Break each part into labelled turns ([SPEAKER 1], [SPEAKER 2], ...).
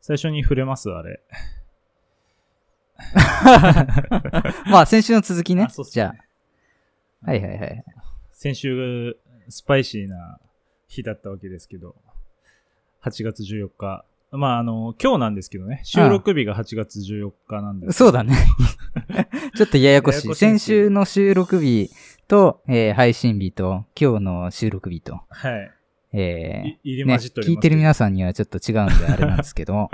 [SPEAKER 1] 最初に触れます、あ れ。
[SPEAKER 2] まあ、先週の続きね。
[SPEAKER 1] あそうっすね
[SPEAKER 2] じゃあ。はいはいはい。
[SPEAKER 1] 先週、スパイシーな日だったわけですけど、8月14日。まあ、あの、今日なんですけどね、収録日が8月14日なんです。
[SPEAKER 2] そう だね。ちょっとややこしい。
[SPEAKER 1] ややこしい
[SPEAKER 2] 先週の収録日と、えー配信日と、今日の収録日と、
[SPEAKER 1] はい。
[SPEAKER 2] え
[SPEAKER 1] い入
[SPEAKER 2] ー
[SPEAKER 1] り
[SPEAKER 2] ね、
[SPEAKER 1] 混じっており
[SPEAKER 2] 聞
[SPEAKER 1] ます、
[SPEAKER 2] いてる皆さんにはちょっと違うんであれなんですけ ど、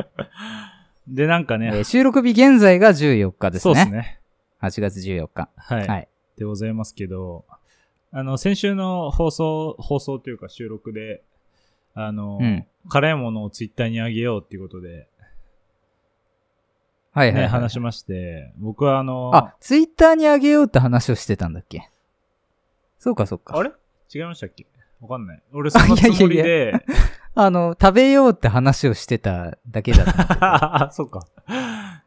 [SPEAKER 1] で、なんか
[SPEAKER 2] え
[SPEAKER 1] ね、
[SPEAKER 2] ー収録日現在が14日です
[SPEAKER 1] そう
[SPEAKER 2] ね。
[SPEAKER 1] ですね。
[SPEAKER 2] 8月14日。
[SPEAKER 1] はい。
[SPEAKER 2] はい
[SPEAKER 1] でございますけど、あの、先週の放送、放送というか収録で、あの、
[SPEAKER 2] うん
[SPEAKER 1] 辛いものをツイッターにあげようっていうことで、
[SPEAKER 2] はいはい、は
[SPEAKER 1] ね、
[SPEAKER 2] い。
[SPEAKER 1] 話しまして、僕はあの、
[SPEAKER 2] あ、ツイッターにあげようって話をしてたんだっけそうかそうか。
[SPEAKER 1] あれ違いましたっけわかんない。俺そのつもり
[SPEAKER 2] いやい
[SPEAKER 1] で、
[SPEAKER 2] あの、食べようって話をしてただけだと 思ってた。
[SPEAKER 1] あそうか。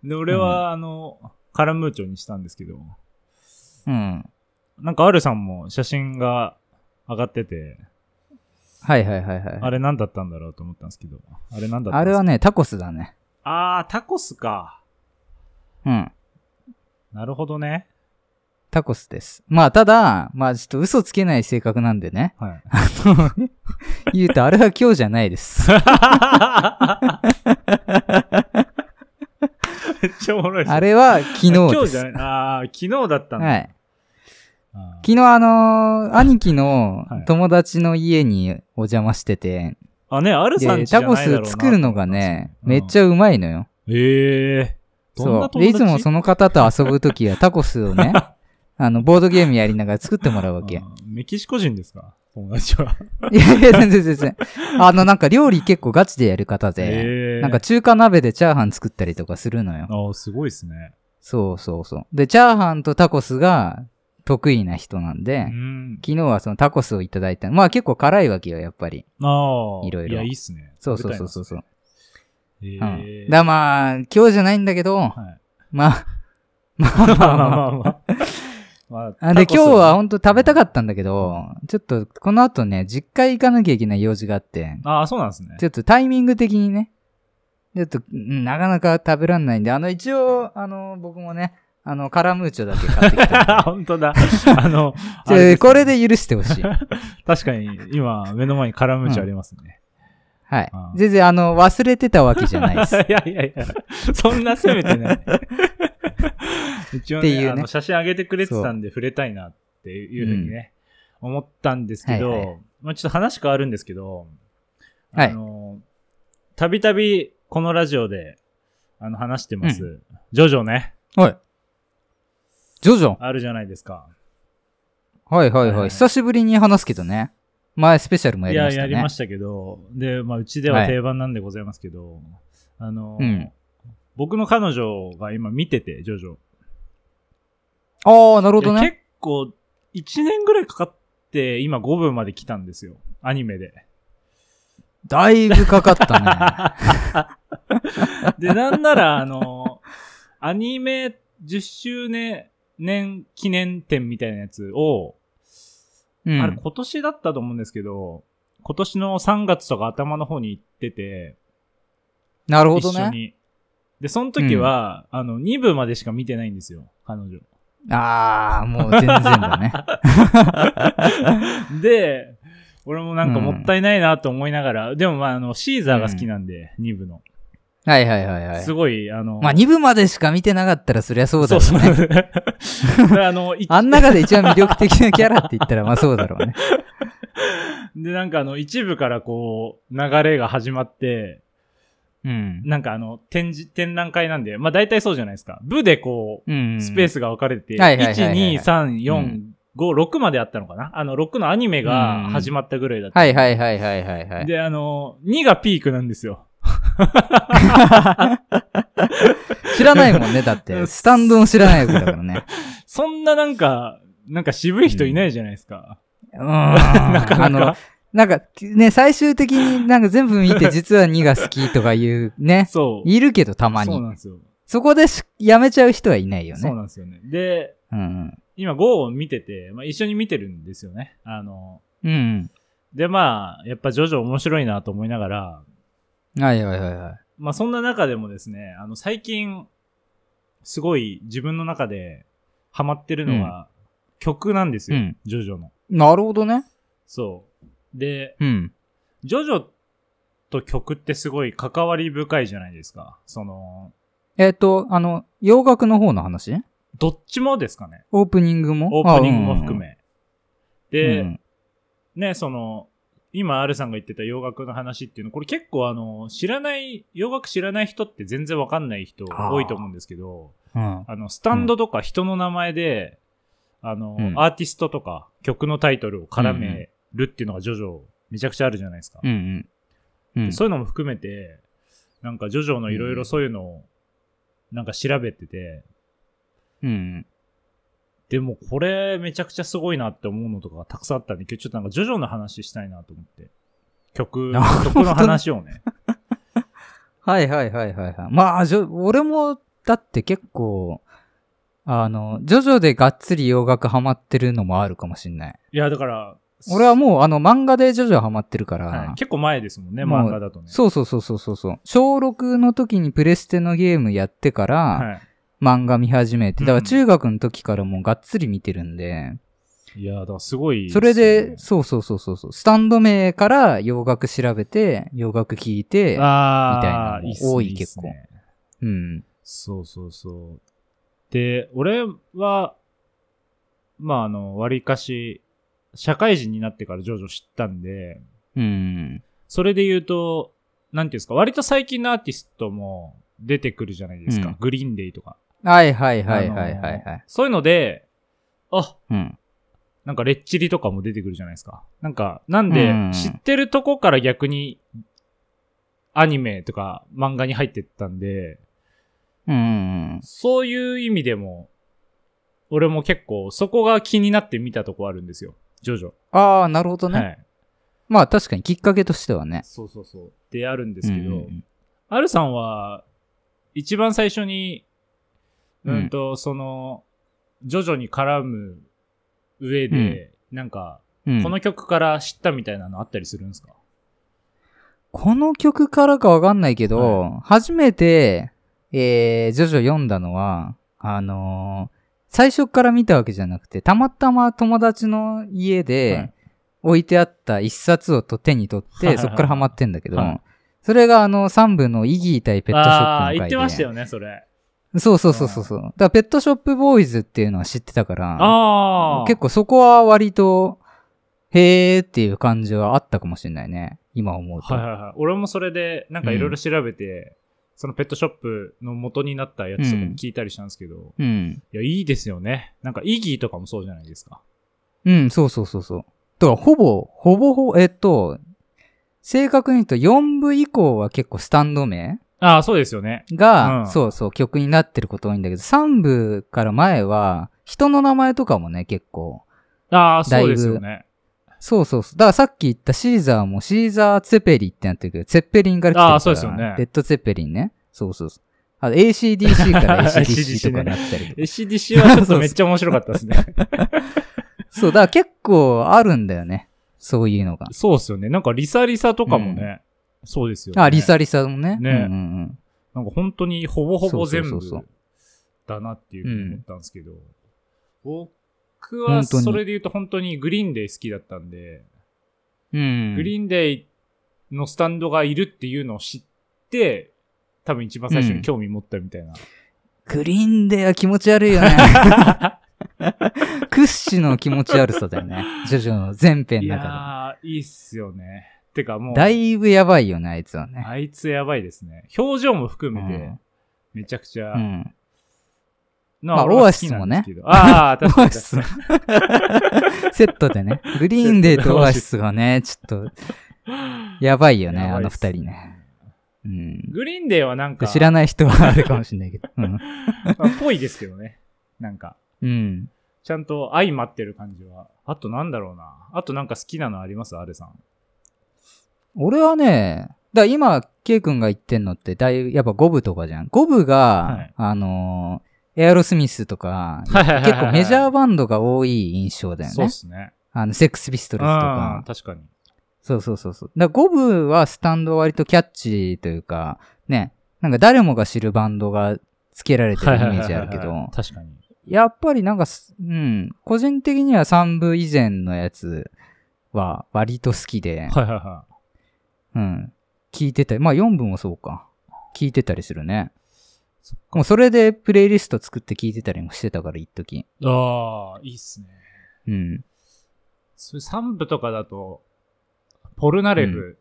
[SPEAKER 1] で、俺は、あの、カラムーチョにしたんですけど、
[SPEAKER 2] うん。
[SPEAKER 1] なんか、アルさんも写真が上がってて、
[SPEAKER 2] はいはいはいはい。
[SPEAKER 1] あれ何だったんだろうと思ったんですけど、あれ何だった
[SPEAKER 2] あ
[SPEAKER 1] んです
[SPEAKER 2] れ
[SPEAKER 1] か
[SPEAKER 2] はね、タコスだね。
[SPEAKER 1] あー、タコスか。
[SPEAKER 2] うん。
[SPEAKER 1] なるほどね。
[SPEAKER 2] タコスです。まあ、ただ、まあ、ちょっと嘘つけない性格なん でね。
[SPEAKER 1] はい。
[SPEAKER 2] 言うと、あれは今日じゃないです。
[SPEAKER 1] めっちゃおもろい
[SPEAKER 2] あ
[SPEAKER 1] れ
[SPEAKER 2] れは昨日です。
[SPEAKER 1] 今日じゃない。あー、昨日だったんだ。
[SPEAKER 2] はい。
[SPEAKER 1] あー
[SPEAKER 2] 昨日、あのー兄貴の
[SPEAKER 1] はい
[SPEAKER 2] 友達の家にお邪魔してて、
[SPEAKER 1] あ、ね、アルさん
[SPEAKER 2] で、
[SPEAKER 1] 家じゃ
[SPEAKER 2] タ
[SPEAKER 1] ない
[SPEAKER 2] コ
[SPEAKER 1] だろうな
[SPEAKER 2] ス作るのがね、めっ
[SPEAKER 1] ゃ。
[SPEAKER 2] ちゃうまいのよ。
[SPEAKER 1] ええー。どんな
[SPEAKER 2] そう。
[SPEAKER 1] 友
[SPEAKER 2] で、
[SPEAKER 1] 達
[SPEAKER 2] いつもその方と遊ぶときはタコス をね、あの、ボードゲームやりながら作ってもらうわけ。い
[SPEAKER 1] あーメキシコ人ですか友達は。
[SPEAKER 2] やいや、全然全然。あの、なんか料理結構ガチでやる方
[SPEAKER 1] え
[SPEAKER 2] で、
[SPEAKER 1] ー
[SPEAKER 2] なんか、中華鍋でチャーハン作ったりとかするのよ。
[SPEAKER 1] あーすごいですね。
[SPEAKER 2] そうそうそう。で、チャーハンとタコスが得意な人なんで、
[SPEAKER 1] うん。
[SPEAKER 2] 昨日はそのタコスをいただいた。まあ結構辛いわけよ、やっぱり。
[SPEAKER 1] ああ。
[SPEAKER 2] いろいろ
[SPEAKER 1] いや、いいっすね。
[SPEAKER 2] そうそうそうそうそう。
[SPEAKER 1] ええ
[SPEAKER 2] うん。
[SPEAKER 1] ー。
[SPEAKER 2] だまあ、今日じゃないんだけど、
[SPEAKER 1] はい
[SPEAKER 2] まあ、まあまあ
[SPEAKER 1] まあま
[SPEAKER 2] まあ
[SPEAKER 1] あ
[SPEAKER 2] まあ。
[SPEAKER 1] まあまあ。
[SPEAKER 2] あで、今日は
[SPEAKER 1] ん
[SPEAKER 2] 本当食べたかったんだけど、ちょっとこの後ね、実家行かなきゃいけない用事があって、
[SPEAKER 1] ああ、そうなんですね。
[SPEAKER 2] ちょっとタイミング的にね、ちょっと、うんなかなか食べらんないんで、あの、一応、あの、僕もね、あの、カラムーチョだけ買ってきたんで。
[SPEAKER 1] 本当だ。あの、
[SPEAKER 2] ち
[SPEAKER 1] あ
[SPEAKER 2] ょ
[SPEAKER 1] すね
[SPEAKER 2] これ。で許してほしい。
[SPEAKER 1] 確かに、今、目の前にカラムーチョありますね。
[SPEAKER 2] はい
[SPEAKER 1] あ。
[SPEAKER 2] 全然、あの、忘れてたわけじゃないです。
[SPEAKER 1] いやいやいや、そんな攻めてない。 一応
[SPEAKER 2] っていう
[SPEAKER 1] ね、
[SPEAKER 2] ね
[SPEAKER 1] あの写真上げてくれてたんで触れたいなっていうふうにね、思ったんですけど、
[SPEAKER 2] はいは
[SPEAKER 1] まあちょっと話変わるんですけど、
[SPEAKER 2] はい
[SPEAKER 1] あの、たびたびこのラジオで、あの、話してます、ジョジョね、
[SPEAKER 2] はい。ジョジョ
[SPEAKER 1] あるじゃないですか。
[SPEAKER 2] はいはい
[SPEAKER 1] はい
[SPEAKER 2] は。
[SPEAKER 1] はいい
[SPEAKER 2] 久しぶりに話すけどね。前スペシャルもや
[SPEAKER 1] い
[SPEAKER 2] り
[SPEAKER 1] や、
[SPEAKER 2] ました
[SPEAKER 1] や
[SPEAKER 2] ね。
[SPEAKER 1] りましたけど、で、まあ、うちでは定番なんでございますけど、あの、
[SPEAKER 2] うん
[SPEAKER 1] 僕の彼女が今見てて、ジョジョ。
[SPEAKER 2] ああ、なるほど
[SPEAKER 1] いや
[SPEAKER 2] ね。
[SPEAKER 1] 結構、1年ぐらいかかって、今5分まで来たんですよ。アニメで。
[SPEAKER 2] だいぶかかった ね。
[SPEAKER 1] で、なんなら、あ の、アニメ10周年記念展みたいなやつを、
[SPEAKER 2] う
[SPEAKER 1] あれ
[SPEAKER 2] ん。
[SPEAKER 1] 今年だったと思うんですけど、今年の3月とか頭の方に行ってて、
[SPEAKER 2] なるほど
[SPEAKER 1] 一緒
[SPEAKER 2] ね。
[SPEAKER 1] に。で、その時は、あの、2部までしか見てないんですよ、彼女。
[SPEAKER 2] ああ、もう全然 だね。
[SPEAKER 1] で、俺もなんかもったいないなと思いながら、でもまあ、あの、シーザーが好きなんで、2部の。
[SPEAKER 2] はいはいはいはい
[SPEAKER 1] す。ごい、あの、
[SPEAKER 2] まあ2部までしか見てなかったらそりゃそうだ
[SPEAKER 1] そ
[SPEAKER 2] ろ
[SPEAKER 1] う
[SPEAKER 2] う
[SPEAKER 1] そう。
[SPEAKER 2] ね。
[SPEAKER 1] で、あ の、い
[SPEAKER 2] あん中で一番魅力的なキャラって言ったらまあそうだろうね。
[SPEAKER 1] で、なんかあの、一部からこう、流れが始まって、
[SPEAKER 2] うん。
[SPEAKER 1] なんかあの、展示、展覧会なんで、まあ大体そうじゃないですか。部でこ
[SPEAKER 2] う
[SPEAKER 1] う、
[SPEAKER 2] ん。
[SPEAKER 1] スペースが分かれて、
[SPEAKER 2] はいはいはいは
[SPEAKER 1] 1、
[SPEAKER 2] い
[SPEAKER 1] 2、3、
[SPEAKER 2] う
[SPEAKER 1] 4
[SPEAKER 2] ん、
[SPEAKER 1] 5、6まであったのかなあの、6のアニメが始まったぐらいだった。
[SPEAKER 2] はいはいはいはいはいはい。
[SPEAKER 1] で、あの、2がピークなんですよ。
[SPEAKER 2] 知らないもんね、だって。スタンドも知らないわけだか らね。
[SPEAKER 1] そんななんか、なんか渋い人いないじゃないですか。
[SPEAKER 2] うーん。あの、なんか、ね、最終的になんか全部見て実は2が好きとかいうね、
[SPEAKER 1] そう。
[SPEAKER 2] いるけどたま
[SPEAKER 1] そう
[SPEAKER 2] に
[SPEAKER 1] な。んですよ。
[SPEAKER 2] そこでしやめちゃう人はいないよ
[SPEAKER 1] そう
[SPEAKER 2] ね。
[SPEAKER 1] なんですよね。で、
[SPEAKER 2] うん
[SPEAKER 1] 今 GO を見てて、まあ、一緒に見てるんですよね。あの、
[SPEAKER 2] うん。うん
[SPEAKER 1] でまあ、やっぱジョジョ面白いなと思いながら、
[SPEAKER 2] うん。はいはいはいはい。
[SPEAKER 1] まあそんな中でもですね、あの最近、すごい自分の中でハマってるのは曲なんですよ、
[SPEAKER 2] うん
[SPEAKER 1] ジョジョの。
[SPEAKER 2] なるほどね。
[SPEAKER 1] そう。で、
[SPEAKER 2] うん。
[SPEAKER 1] ジョジョと曲ってすごい関わり深いじゃないですか。その、
[SPEAKER 2] えっ、と、あの、洋楽の方の話
[SPEAKER 1] どっちもですかね。
[SPEAKER 2] オープニングも
[SPEAKER 1] オープニングも含。め。
[SPEAKER 2] あう
[SPEAKER 1] で、
[SPEAKER 2] ん
[SPEAKER 1] ね、その、今、R さんが言ってた洋楽の話っていうの、これ結構あの、知らない、洋楽知らない人って全然わかんない人
[SPEAKER 2] あー
[SPEAKER 1] 多いと思うんですけど、
[SPEAKER 2] うんうん
[SPEAKER 1] あの、スタンドとか人の名前で、あの、
[SPEAKER 2] うん
[SPEAKER 1] アーティストとか曲のタイトルを絡めるっていうのがジョジョめちゃくちゃあるじゃないですか。
[SPEAKER 2] うんうん。うん。
[SPEAKER 1] そういうのも含めて、なんかジョジョのいろいろそういうのを、なんか調べてて、
[SPEAKER 2] うん。
[SPEAKER 1] でもこれめちゃくちゃすごいなって思うのとかがたくさんあったんで、今日ちょっとなんかジョジョの話したいなと思って。 曲、曲の話をね。
[SPEAKER 2] はいはいはいはいはい。まあ、じょ俺も、だって結構、あの、ジョジョでがっつり洋楽ハマってるのもあるかもしんない。
[SPEAKER 1] いや、だから、
[SPEAKER 2] 俺はもう、あの、漫画でジョジョハマってるから、
[SPEAKER 1] はい結構前ですもんね、
[SPEAKER 2] もう
[SPEAKER 1] 漫画だとね。
[SPEAKER 2] そうそうそうそうそうそう。小6の時にプレステのゲームやってから、
[SPEAKER 1] は
[SPEAKER 2] 漫画見始めて、だから
[SPEAKER 1] うん
[SPEAKER 2] 中学の時からもうがっつり見てるんで、
[SPEAKER 1] い。いや、だからすごいす
[SPEAKER 2] そ
[SPEAKER 1] よ
[SPEAKER 2] れ
[SPEAKER 1] ね、
[SPEAKER 2] で、そうそうそうそうそう、スタンド名から洋楽調べて、洋楽聴いて、
[SPEAKER 1] ああ、
[SPEAKER 2] みたいなのも
[SPEAKER 1] っすね
[SPEAKER 2] 多い
[SPEAKER 1] っすね
[SPEAKER 2] 結うん。
[SPEAKER 1] そうそうそう。で、俺は、まあ、あの、割かし、社会人になってからジョジョ知ったんで、
[SPEAKER 2] うん。
[SPEAKER 1] それで言うと、なんていうんですか、割と最近のアーティストも出てくるじゃないですか。
[SPEAKER 2] うん
[SPEAKER 1] グリーンデイとか。
[SPEAKER 2] はいはいはいはいはいはい。
[SPEAKER 1] あのそういうので、あ、
[SPEAKER 2] うん。
[SPEAKER 1] なんかレッチリとかも出てくるじゃないですか。なんか、なん
[SPEAKER 2] う
[SPEAKER 1] で
[SPEAKER 2] ん、
[SPEAKER 1] 知ってるとこから逆に、アニメとか漫画に入ってったんで、
[SPEAKER 2] うん。
[SPEAKER 1] そういう意味でも、俺も結構そこが気になって見たとこあるんですよ。ジョジョ。
[SPEAKER 2] ああ、なるほどね。
[SPEAKER 1] はい。
[SPEAKER 2] まあ確かにきっかけとしてはね。
[SPEAKER 1] そうそうそう。であるんですけ
[SPEAKER 2] うんう
[SPEAKER 1] ど、
[SPEAKER 2] ん
[SPEAKER 1] アルさんは、一番最初に、
[SPEAKER 2] うん
[SPEAKER 1] うんと、その、ジョジョに絡む上で、なんか、
[SPEAKER 2] うんうん
[SPEAKER 1] この曲から知ったみたいなのあったりするんですか
[SPEAKER 2] この曲からかわかんないけど、初めて、えー、ジョジョ読んだのは、あのー最初から見たわけじゃなくて、たまたま友達の家
[SPEAKER 1] は
[SPEAKER 2] で
[SPEAKER 1] い
[SPEAKER 2] 置いてあった一冊をと手に取っ
[SPEAKER 1] はい
[SPEAKER 2] て、
[SPEAKER 1] はいはい
[SPEAKER 2] そっからハマってんだけど、
[SPEAKER 1] はい
[SPEAKER 2] それがあの3部のイギー対ペットショップの
[SPEAKER 1] ああー、
[SPEAKER 2] 回で。
[SPEAKER 1] 言ってましたよね、それ。
[SPEAKER 2] そうそうそうそうそう。だからペットショップボーイズっていうのは知ってたから、
[SPEAKER 1] ああ。
[SPEAKER 2] 結構そこは割と、へーっていう感じはあったかもしれないね。今思うと。
[SPEAKER 1] はいはいはい。俺もそれで、なんかいろいろ調べて、そのペットショップの元になったやつとかも聞いたりしたんですけど、い
[SPEAKER 2] うん。
[SPEAKER 1] や、いいですよね。なんか、イギーとかもそうじゃないですか。
[SPEAKER 2] うん、そうそうそうそう。だから、ほぼ、ほぼほぼ、えっと、正確に言うと4部以降は結構スタンド名
[SPEAKER 1] ああ、そうですよね。う
[SPEAKER 2] が、
[SPEAKER 1] ん
[SPEAKER 2] そうそう、曲になってること多いんだけど、3部から前は、人の名前とかもね、結構。
[SPEAKER 1] ああ、
[SPEAKER 2] だい
[SPEAKER 1] そう
[SPEAKER 2] ぶ
[SPEAKER 1] ですよね。
[SPEAKER 2] そうそうそう。だからさっき言ったシーザーもシーザー・ツェペリってなってるけど、ツェッペリンから来てるか
[SPEAKER 1] あ
[SPEAKER 2] ら。
[SPEAKER 1] ーそうですよね
[SPEAKER 2] レッド・ツェッペリンね。そうそうそう。あと ACDC から ACDC とかになったりとか。
[SPEAKER 1] ACDC はちょっとめっちゃ面白かったですね。
[SPEAKER 2] そう、だから結構あるんだよね。そういうのが。
[SPEAKER 1] そうですよね。なんか、リサリサとかもね、そうですよね。
[SPEAKER 2] あ、リサリサもね。
[SPEAKER 1] ね
[SPEAKER 2] うんうんうん。
[SPEAKER 1] なんか本当にほぼほぼ全
[SPEAKER 2] そ
[SPEAKER 1] 部
[SPEAKER 2] うそうそうそう
[SPEAKER 1] だなっていうふうに思ったんですけど、僕
[SPEAKER 2] 本
[SPEAKER 1] は
[SPEAKER 2] 当に
[SPEAKER 1] それで言うと本当にグリーンデイ好きだったんで、
[SPEAKER 2] うん、
[SPEAKER 1] グリーンデイのスタンドがいるっていうのを知って、多分一番最初に興味持ったみたいな。
[SPEAKER 2] グリーンデーは気持ち悪いよね。 屈指の気持ち悪さだよね。ジョジョの全編
[SPEAKER 1] い
[SPEAKER 2] の中
[SPEAKER 1] やー、いいっすよね。てかもう、
[SPEAKER 2] で。だいぶやばいよね、あいつはね。
[SPEAKER 1] あいつやばいですね。表情も含め
[SPEAKER 2] う
[SPEAKER 1] て
[SPEAKER 2] ん、
[SPEAKER 1] めちゃくちゃ、
[SPEAKER 2] うん。
[SPEAKER 1] な
[SPEAKER 2] まあ
[SPEAKER 1] 俺は好きなんですけどああ、確かに確かに。
[SPEAKER 2] セットでね。グリーンデーとオアシスがね、ちょっと、やばいよね、
[SPEAKER 1] や
[SPEAKER 2] あ
[SPEAKER 1] ばい
[SPEAKER 2] の
[SPEAKER 1] っす
[SPEAKER 2] 二人ね。。うん。
[SPEAKER 1] グリーンデーはなんか、
[SPEAKER 2] 知らない人はあるかもしれないけど。うん。
[SPEAKER 1] まあぽいですけど ね。なんか、
[SPEAKER 2] うん。
[SPEAKER 1] ちゃんと相まってる感じは。あとなんだろうな。あとなんか好きなのありますアレさん。
[SPEAKER 2] 俺はね、だから今、ケイ君が言ってんのって、だいぶ、やっぱ五部とかじゃん。五部が、
[SPEAKER 1] はい
[SPEAKER 2] あのーエアロスミスとか、
[SPEAKER 1] 結
[SPEAKER 2] 結構メジャー
[SPEAKER 1] ー
[SPEAKER 2] バンドが多い印象だよ
[SPEAKER 1] そうっ
[SPEAKER 2] ね。
[SPEAKER 1] すね。
[SPEAKER 2] あの、セックスピストルズと
[SPEAKER 1] あ
[SPEAKER 2] か
[SPEAKER 1] ー。確かに。
[SPEAKER 2] そうそうそうそう。だから5部はスタンドは割とキャッチーというか、ね、なんか誰もが知るバンドがつけられてるイメージあるけ
[SPEAKER 1] はいはいはいは
[SPEAKER 2] ど
[SPEAKER 1] い、確かに。
[SPEAKER 2] やっぱりなんかす、うん、個人的には3部以前のやつは割と好きで、
[SPEAKER 1] はいはいは
[SPEAKER 2] うん、聞いてたり、まあ4部もそうか、聞いてたりするね。
[SPEAKER 1] い。そっ
[SPEAKER 2] もうそれでプレイリスト作って聞いてたりもしてたから、一時
[SPEAKER 1] か。ああ、いいっすね。
[SPEAKER 2] うん。
[SPEAKER 1] それ3部とかだと、ポルナレフ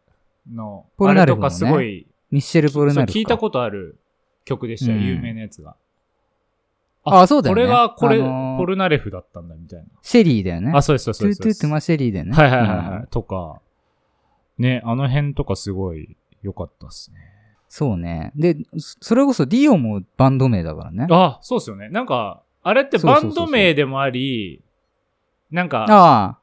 [SPEAKER 1] の、
[SPEAKER 2] ポ
[SPEAKER 1] あ
[SPEAKER 2] ル
[SPEAKER 1] れ
[SPEAKER 2] ナレ
[SPEAKER 1] と
[SPEAKER 2] フも
[SPEAKER 1] か
[SPEAKER 2] ね
[SPEAKER 1] すごい、
[SPEAKER 2] ミッシェル・ボルナルフ
[SPEAKER 1] そう聞いた
[SPEAKER 2] と
[SPEAKER 1] ことある曲でしたよ、
[SPEAKER 2] うん
[SPEAKER 1] 有名なやつが。
[SPEAKER 2] あそうだよね
[SPEAKER 1] これが、これ、
[SPEAKER 2] あのー
[SPEAKER 1] ポルナレフだったんだ、みたい
[SPEAKER 2] シェリーだよね。
[SPEAKER 1] な。あ、そうです、そうです
[SPEAKER 2] ト
[SPEAKER 1] そうで
[SPEAKER 2] ゥー
[SPEAKER 1] す。
[SPEAKER 2] トゥートゥマシェリーだよね。
[SPEAKER 1] はいはいはい、は
[SPEAKER 2] うん
[SPEAKER 1] い、とか、ね、あの辺とかすごい良かったっすね。
[SPEAKER 2] そうね。で、そそれこそディオもバンド名だからね。
[SPEAKER 1] あ、そうっすよね。なんか、あれって
[SPEAKER 2] そう
[SPEAKER 1] バ
[SPEAKER 2] そうそう
[SPEAKER 1] ン
[SPEAKER 2] そう
[SPEAKER 1] ド名でもあり、なんか、
[SPEAKER 2] あ